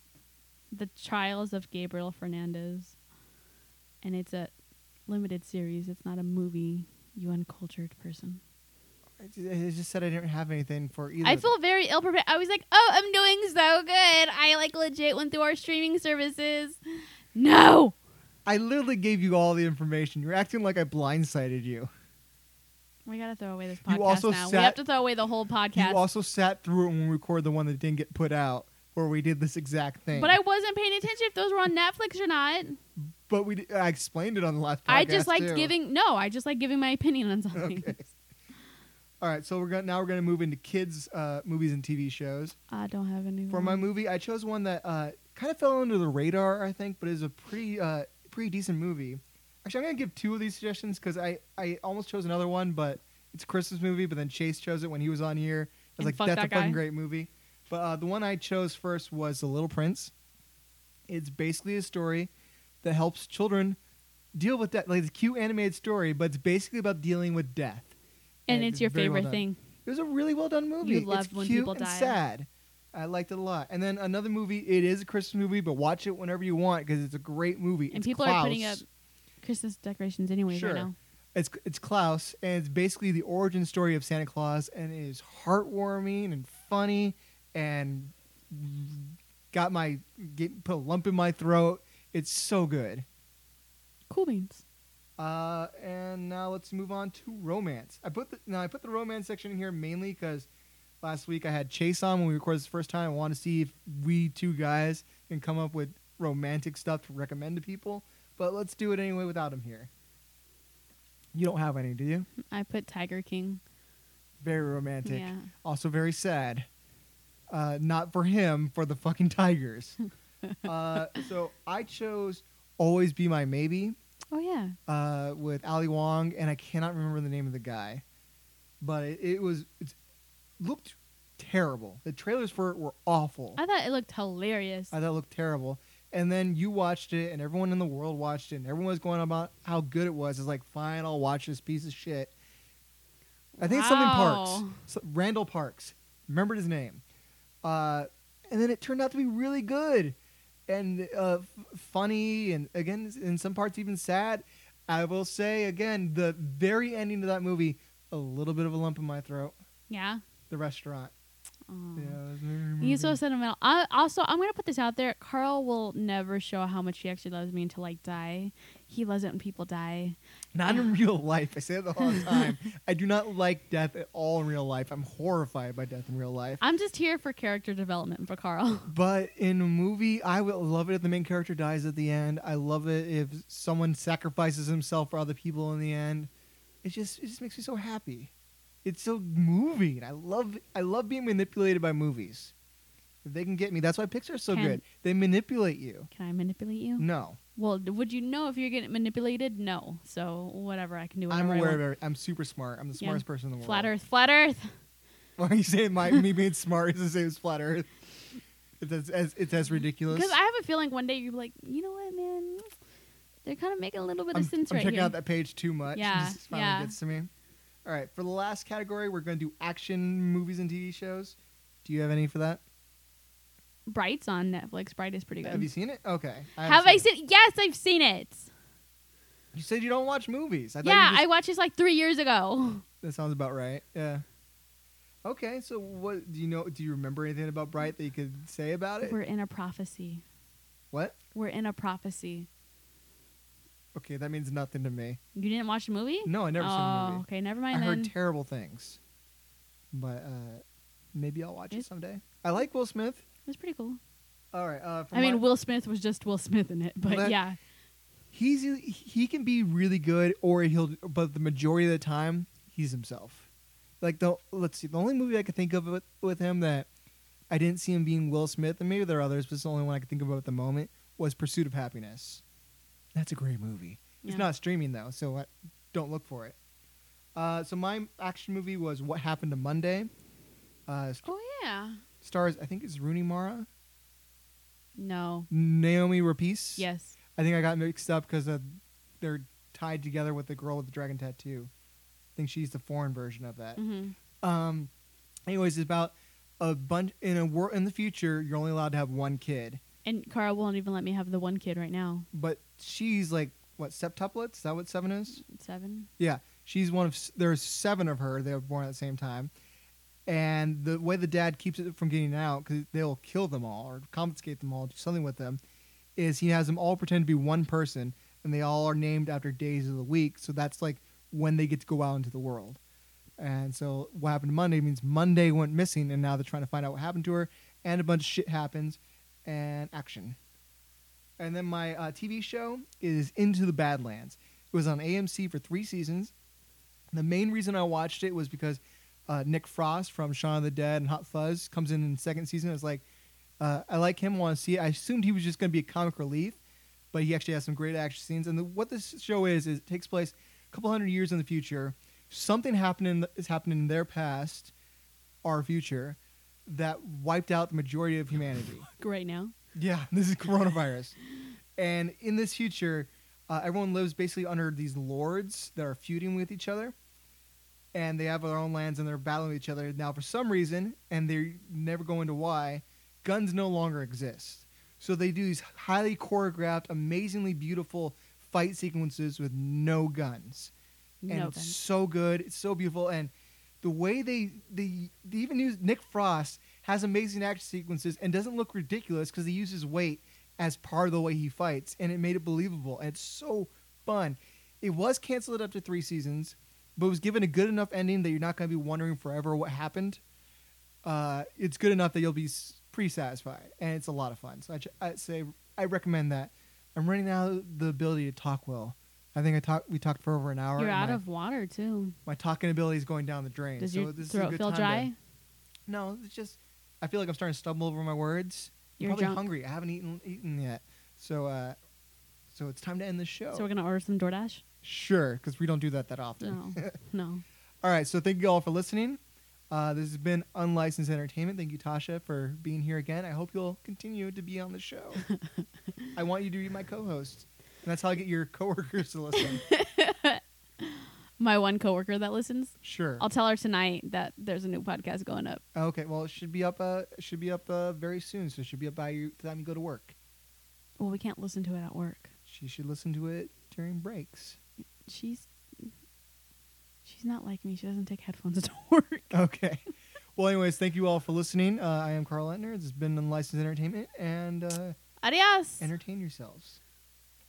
[SPEAKER 2] The Trials of Gabriel Fernandez. And it's a limited series. It's not a movie, you uncultured person.
[SPEAKER 1] I ju- I just said I didn't have anything for either.
[SPEAKER 2] I
[SPEAKER 1] of them.
[SPEAKER 2] feel very ill prepared. I was like, oh, I'm doing so good. I like legit went through our streaming services. No!
[SPEAKER 1] I literally gave you all the information. You're acting like I blindsided you.
[SPEAKER 2] We gotta throw away this
[SPEAKER 1] You
[SPEAKER 2] podcast
[SPEAKER 1] also
[SPEAKER 2] now. we
[SPEAKER 1] sat-
[SPEAKER 2] have to throw away the whole podcast.
[SPEAKER 1] You also sat through it when we recorded the one that didn't get put out, where we did this exact thing.
[SPEAKER 2] but I wasn't paying attention if those were on Netflix or not.
[SPEAKER 1] but we d- I explained it on the last. podcast,
[SPEAKER 2] I just liked
[SPEAKER 1] too.
[SPEAKER 2] giving no, I just like giving my opinion on
[SPEAKER 1] (laughs)
[SPEAKER 2] something.
[SPEAKER 1] Okay. All right, so we're gonna now we're gonna move into kids' uh, movies and TV shows.
[SPEAKER 2] I don't have any
[SPEAKER 1] For my movie, I chose one that uh, kind of fell under the radar, I think, but is a pretty uh, pretty decent movie. Actually, I'm gonna give two of these suggestions because I, I almost chose another one, but it's a Christmas movie. But then Chase chose it when he was on here. I
[SPEAKER 2] And
[SPEAKER 1] was like,
[SPEAKER 2] fuck
[SPEAKER 1] that's
[SPEAKER 2] that
[SPEAKER 1] a fucking
[SPEAKER 2] guy."
[SPEAKER 1] great movie. But uh, the one I chose first was The Little Prince. It's basically a story that helps children deal with that, like it's a cute animated story, but it's basically about dealing with death.
[SPEAKER 2] and
[SPEAKER 1] Yeah,
[SPEAKER 2] it's
[SPEAKER 1] it's
[SPEAKER 2] your
[SPEAKER 1] very well
[SPEAKER 2] favorite
[SPEAKER 1] done.
[SPEAKER 2] thing.
[SPEAKER 1] It was a really well done movie.
[SPEAKER 2] You
[SPEAKER 1] It's
[SPEAKER 2] loved when
[SPEAKER 1] cute
[SPEAKER 2] people
[SPEAKER 1] and
[SPEAKER 2] died.
[SPEAKER 1] Sad. I liked it a lot. And then another movie. It is a Christmas movie, but watch it whenever you want because it's a great movie.
[SPEAKER 2] And
[SPEAKER 1] It's
[SPEAKER 2] people are putting up
[SPEAKER 1] Klaus.
[SPEAKER 2] Christmas decorations anyways
[SPEAKER 1] Sure.
[SPEAKER 2] right now.
[SPEAKER 1] It's it's Klaus, and it's basically the origin story of Santa Claus, and it is heartwarming and funny, and got my get, put a lump in my throat. It's so good.
[SPEAKER 2] Cool beans.
[SPEAKER 1] Uh, and now let's move on to romance. I put the, now I put the romance section in here mainly because last week I had Chase on when we recorded this first time. I want to see if we two guys can come up with romantic stuff to recommend to people. But let's do it anyway without him here. You don't have any, do you?
[SPEAKER 2] I put Tiger King.
[SPEAKER 1] Very romantic.
[SPEAKER 2] Yeah.
[SPEAKER 1] Also very sad. Uh, not for him, for the fucking Tigers. uh, so I chose "Always Be My Maybe."
[SPEAKER 2] Oh yeah.
[SPEAKER 1] uh, with Ali Wong, and I cannot remember the name of the guy, but it, it was it looked terrible. The trailers for it were awful. I,
[SPEAKER 2] I thought it looked hilarious.
[SPEAKER 1] thought it looked terrible. And then you watched it, and everyone in the world watched it, and everyone was going about how good it was. It's like, fine, I'll watch this piece of shit. I think it's something Parks,
[SPEAKER 2] Wow.
[SPEAKER 1] So- Randall Parks. Remembered his name. Uh, and then it turned out to be really good and uh, f- funny, and again, in some parts, even sad. I will say again, the very ending of that movie, a little bit of a lump in my throat.
[SPEAKER 2] Yeah.
[SPEAKER 1] The restaurant.
[SPEAKER 2] Aw.
[SPEAKER 1] Yeah, it was a Mary movie.
[SPEAKER 2] He's so sentimental. I, also, I'm gonna put this out there. Carl will never show how much he actually loves me until like die. He loves it when people die.
[SPEAKER 1] not in real life. I say that all
[SPEAKER 2] (laughs)
[SPEAKER 1] the time. I do not like death at all in real life. I'm horrified by death in real life.
[SPEAKER 2] I'm just here for character development for Carl. (laughs)
[SPEAKER 1] But in a movie, I would love it if the main character dies at the end. I love it if someone sacrifices himself for other people in the end. It just it just makes me so happy. It's so moving. I love I love being manipulated by movies. If they can get me, that's why Pixar's so
[SPEAKER 2] Can-
[SPEAKER 1] good. They manipulate you.
[SPEAKER 2] Can I manipulate you?
[SPEAKER 1] No,
[SPEAKER 2] Well, d- would you know if you're getting manipulated? No. So whatever, I can do. Whatever
[SPEAKER 1] I'm
[SPEAKER 2] I
[SPEAKER 1] aware
[SPEAKER 2] want.
[SPEAKER 1] of every, I'm super smart. I'm the
[SPEAKER 2] Yeah.
[SPEAKER 1] smartest person in the world.
[SPEAKER 2] Flat Earth. Flat Earth.
[SPEAKER 1] Why are you saying my me being smart is the same as flat Earth? It's as, as it's as ridiculous.
[SPEAKER 2] Because I have a feeling one day you're like, you know what, man? They're kind of making a little bit
[SPEAKER 1] I'm,
[SPEAKER 2] of sense
[SPEAKER 1] I'm
[SPEAKER 2] right
[SPEAKER 1] checking
[SPEAKER 2] here.
[SPEAKER 1] out that page too much.
[SPEAKER 2] Yeah,
[SPEAKER 1] It just finally
[SPEAKER 2] yeah.
[SPEAKER 1] gets to me. All right, for the last category, we're going to do action movies and TV shows. Do you have any for that?
[SPEAKER 2] Bright's on Netflix. Bright is pretty good.
[SPEAKER 1] Have you seen it? Okay. haven't
[SPEAKER 2] Have I
[SPEAKER 1] it.
[SPEAKER 2] seen? Yes, I've seen it.
[SPEAKER 1] You said you don't watch movies. I thought
[SPEAKER 2] yeah,
[SPEAKER 1] you just-
[SPEAKER 2] I watched this like three years ago.
[SPEAKER 1] that sounds about right. Yeah. Okay, so what do you know? Do you remember anything about Bright that you could say about it?
[SPEAKER 2] We're in a prophecy.
[SPEAKER 1] what?
[SPEAKER 2] We're in a prophecy.
[SPEAKER 1] Okay, that means nothing to me.
[SPEAKER 2] You didn't watch the movie?
[SPEAKER 1] No, I never seen the
[SPEAKER 2] oh,
[SPEAKER 1] movie.
[SPEAKER 2] okay. Never
[SPEAKER 1] I
[SPEAKER 2] mind then.
[SPEAKER 1] heard terrible things, but uh, maybe I'll watch it
[SPEAKER 2] It's-
[SPEAKER 1] someday. I like Will Smith.
[SPEAKER 2] it was pretty cool.
[SPEAKER 1] All right. Uh, for
[SPEAKER 2] I mean,
[SPEAKER 1] my-
[SPEAKER 2] Will Smith was just Will Smith in it, but
[SPEAKER 1] Well, that-
[SPEAKER 2] yeah,
[SPEAKER 1] he's he can be really good or he'll but the majority of the time he's himself like the let's see the only movie i could think of with, with him that i didn't see him being will smith and maybe there are others but it's the only one i could think of at the moment was pursuit of happiness that's a great movie
[SPEAKER 2] Yeah.
[SPEAKER 1] it's not streaming though so I, don't look for it uh, so my action movie was what happened to monday uh, st-
[SPEAKER 2] Oh yeah.
[SPEAKER 1] stars i think it's rooney mara
[SPEAKER 2] No.
[SPEAKER 1] naomi rapace
[SPEAKER 2] Yes.
[SPEAKER 1] I think I got mixed up because they're tied together with the girl with the dragon tattoo. I think she's the foreign version of that.
[SPEAKER 2] hmm
[SPEAKER 1] Um, anyways, it's about a bunch in a world in the future. You're only allowed to have one kid,
[SPEAKER 2] And Carl won't even let me have the one kid right now.
[SPEAKER 1] but she's like what septuplets? Is that what seven is?
[SPEAKER 2] Seven.
[SPEAKER 1] Yeah, she's one of s- there's seven of her. They were born at the same time, and the way the dad keeps it from getting out because they'll kill them all or confiscate them all, do something with them, is he has them all pretend to be one person, and they all are named after days of the week. So that's like when they get to go out into the world. And so what happened to Monday means Monday went missing, and now they're trying to find out what happened to her. And a bunch of shit happens, and action. And then my uh, TV show is Into the Badlands. It was on AMC for three seasons. The main reason I watched it was because uh, Nick Frost from Shaun of the Dead and Hot Fuzz comes in in the second season. I was like, uh, I like him, want to see it. I assumed he was just going to be a comic relief, but he actually has some great action scenes. And the, what this show is, is it takes place a couple hundred years in the future. Something happened in, is happening in their past, our future, that wiped out the majority of humanity.
[SPEAKER 2] Right now.
[SPEAKER 1] Yeah, (laughs) this is coronavirus. and in this future, uh, everyone lives basically under these lords that are feuding with each other. And they have their own lands and they're battling each other. Now, for some reason, and they never go into why, guns no longer exist. So they do these highly choreographed, amazingly beautiful fight sequences with no guns and
[SPEAKER 2] No.
[SPEAKER 1] it's
[SPEAKER 2] Then.
[SPEAKER 1] so good. It's so beautiful, and the way they they, they even use Nick Frost has amazing action sequences and doesn't look ridiculous because he uses weight as part of the way he fights, and it made it believable. And it's so fun. It was canceled after three seasons, but it was given a good enough ending that you're not going to be wondering forever what happened. Uh, it's good enough that you'll be s- pretty satisfied, and it's a lot of fun. So I ch- I'd say I recommend that. I'm running out of the ability to talk well. I think I talked. We talked for over an hour.
[SPEAKER 2] You're
[SPEAKER 1] and
[SPEAKER 2] out
[SPEAKER 1] my-
[SPEAKER 2] of water too.
[SPEAKER 1] my talking ability is going down the drain.
[SPEAKER 2] Does
[SPEAKER 1] so
[SPEAKER 2] your
[SPEAKER 1] this is a
[SPEAKER 2] throat
[SPEAKER 1] good
[SPEAKER 2] feel
[SPEAKER 1] time
[SPEAKER 2] dry?
[SPEAKER 1] To, no, it's just I feel like I'm starting to stumble over my words. I'm
[SPEAKER 2] You're
[SPEAKER 1] probably
[SPEAKER 2] drunk.
[SPEAKER 1] hungry. I haven't eaten eaten yet, so uh, so it's time to end the show.
[SPEAKER 2] So we're gonna order some DoorDash.
[SPEAKER 1] sure, because we don't do that that often. (laughs)
[SPEAKER 2] No. no.
[SPEAKER 1] All right, so thank you all for listening. Uh, this has been Unlicensed Entertainment. Thank you, Tasha, for being here again. I hope you'll continue to be on the
[SPEAKER 2] (laughs)
[SPEAKER 1] show. I want you to be my co-host, and that's how I get your (laughs) coworkers to listen.
[SPEAKER 2] My one coworker that listens.
[SPEAKER 1] sure.
[SPEAKER 2] I'll tell her tonight that there's a new podcast going up.
[SPEAKER 1] Okay, well, it should be up. Uh, it should be up uh, very soon. So it should be up by your, the time you go to work.
[SPEAKER 2] Well, we can't listen to it at work.
[SPEAKER 1] She should listen to it during breaks.
[SPEAKER 2] (laughs) She's she's not like me. She doesn't take headphones to work.
[SPEAKER 1] Okay. Well, anyways, thank you all for listening. Uh, I am Carl Etner. This has been Unlicensed Entertainment, and uh,
[SPEAKER 2] Adios.
[SPEAKER 1] entertain yourselves.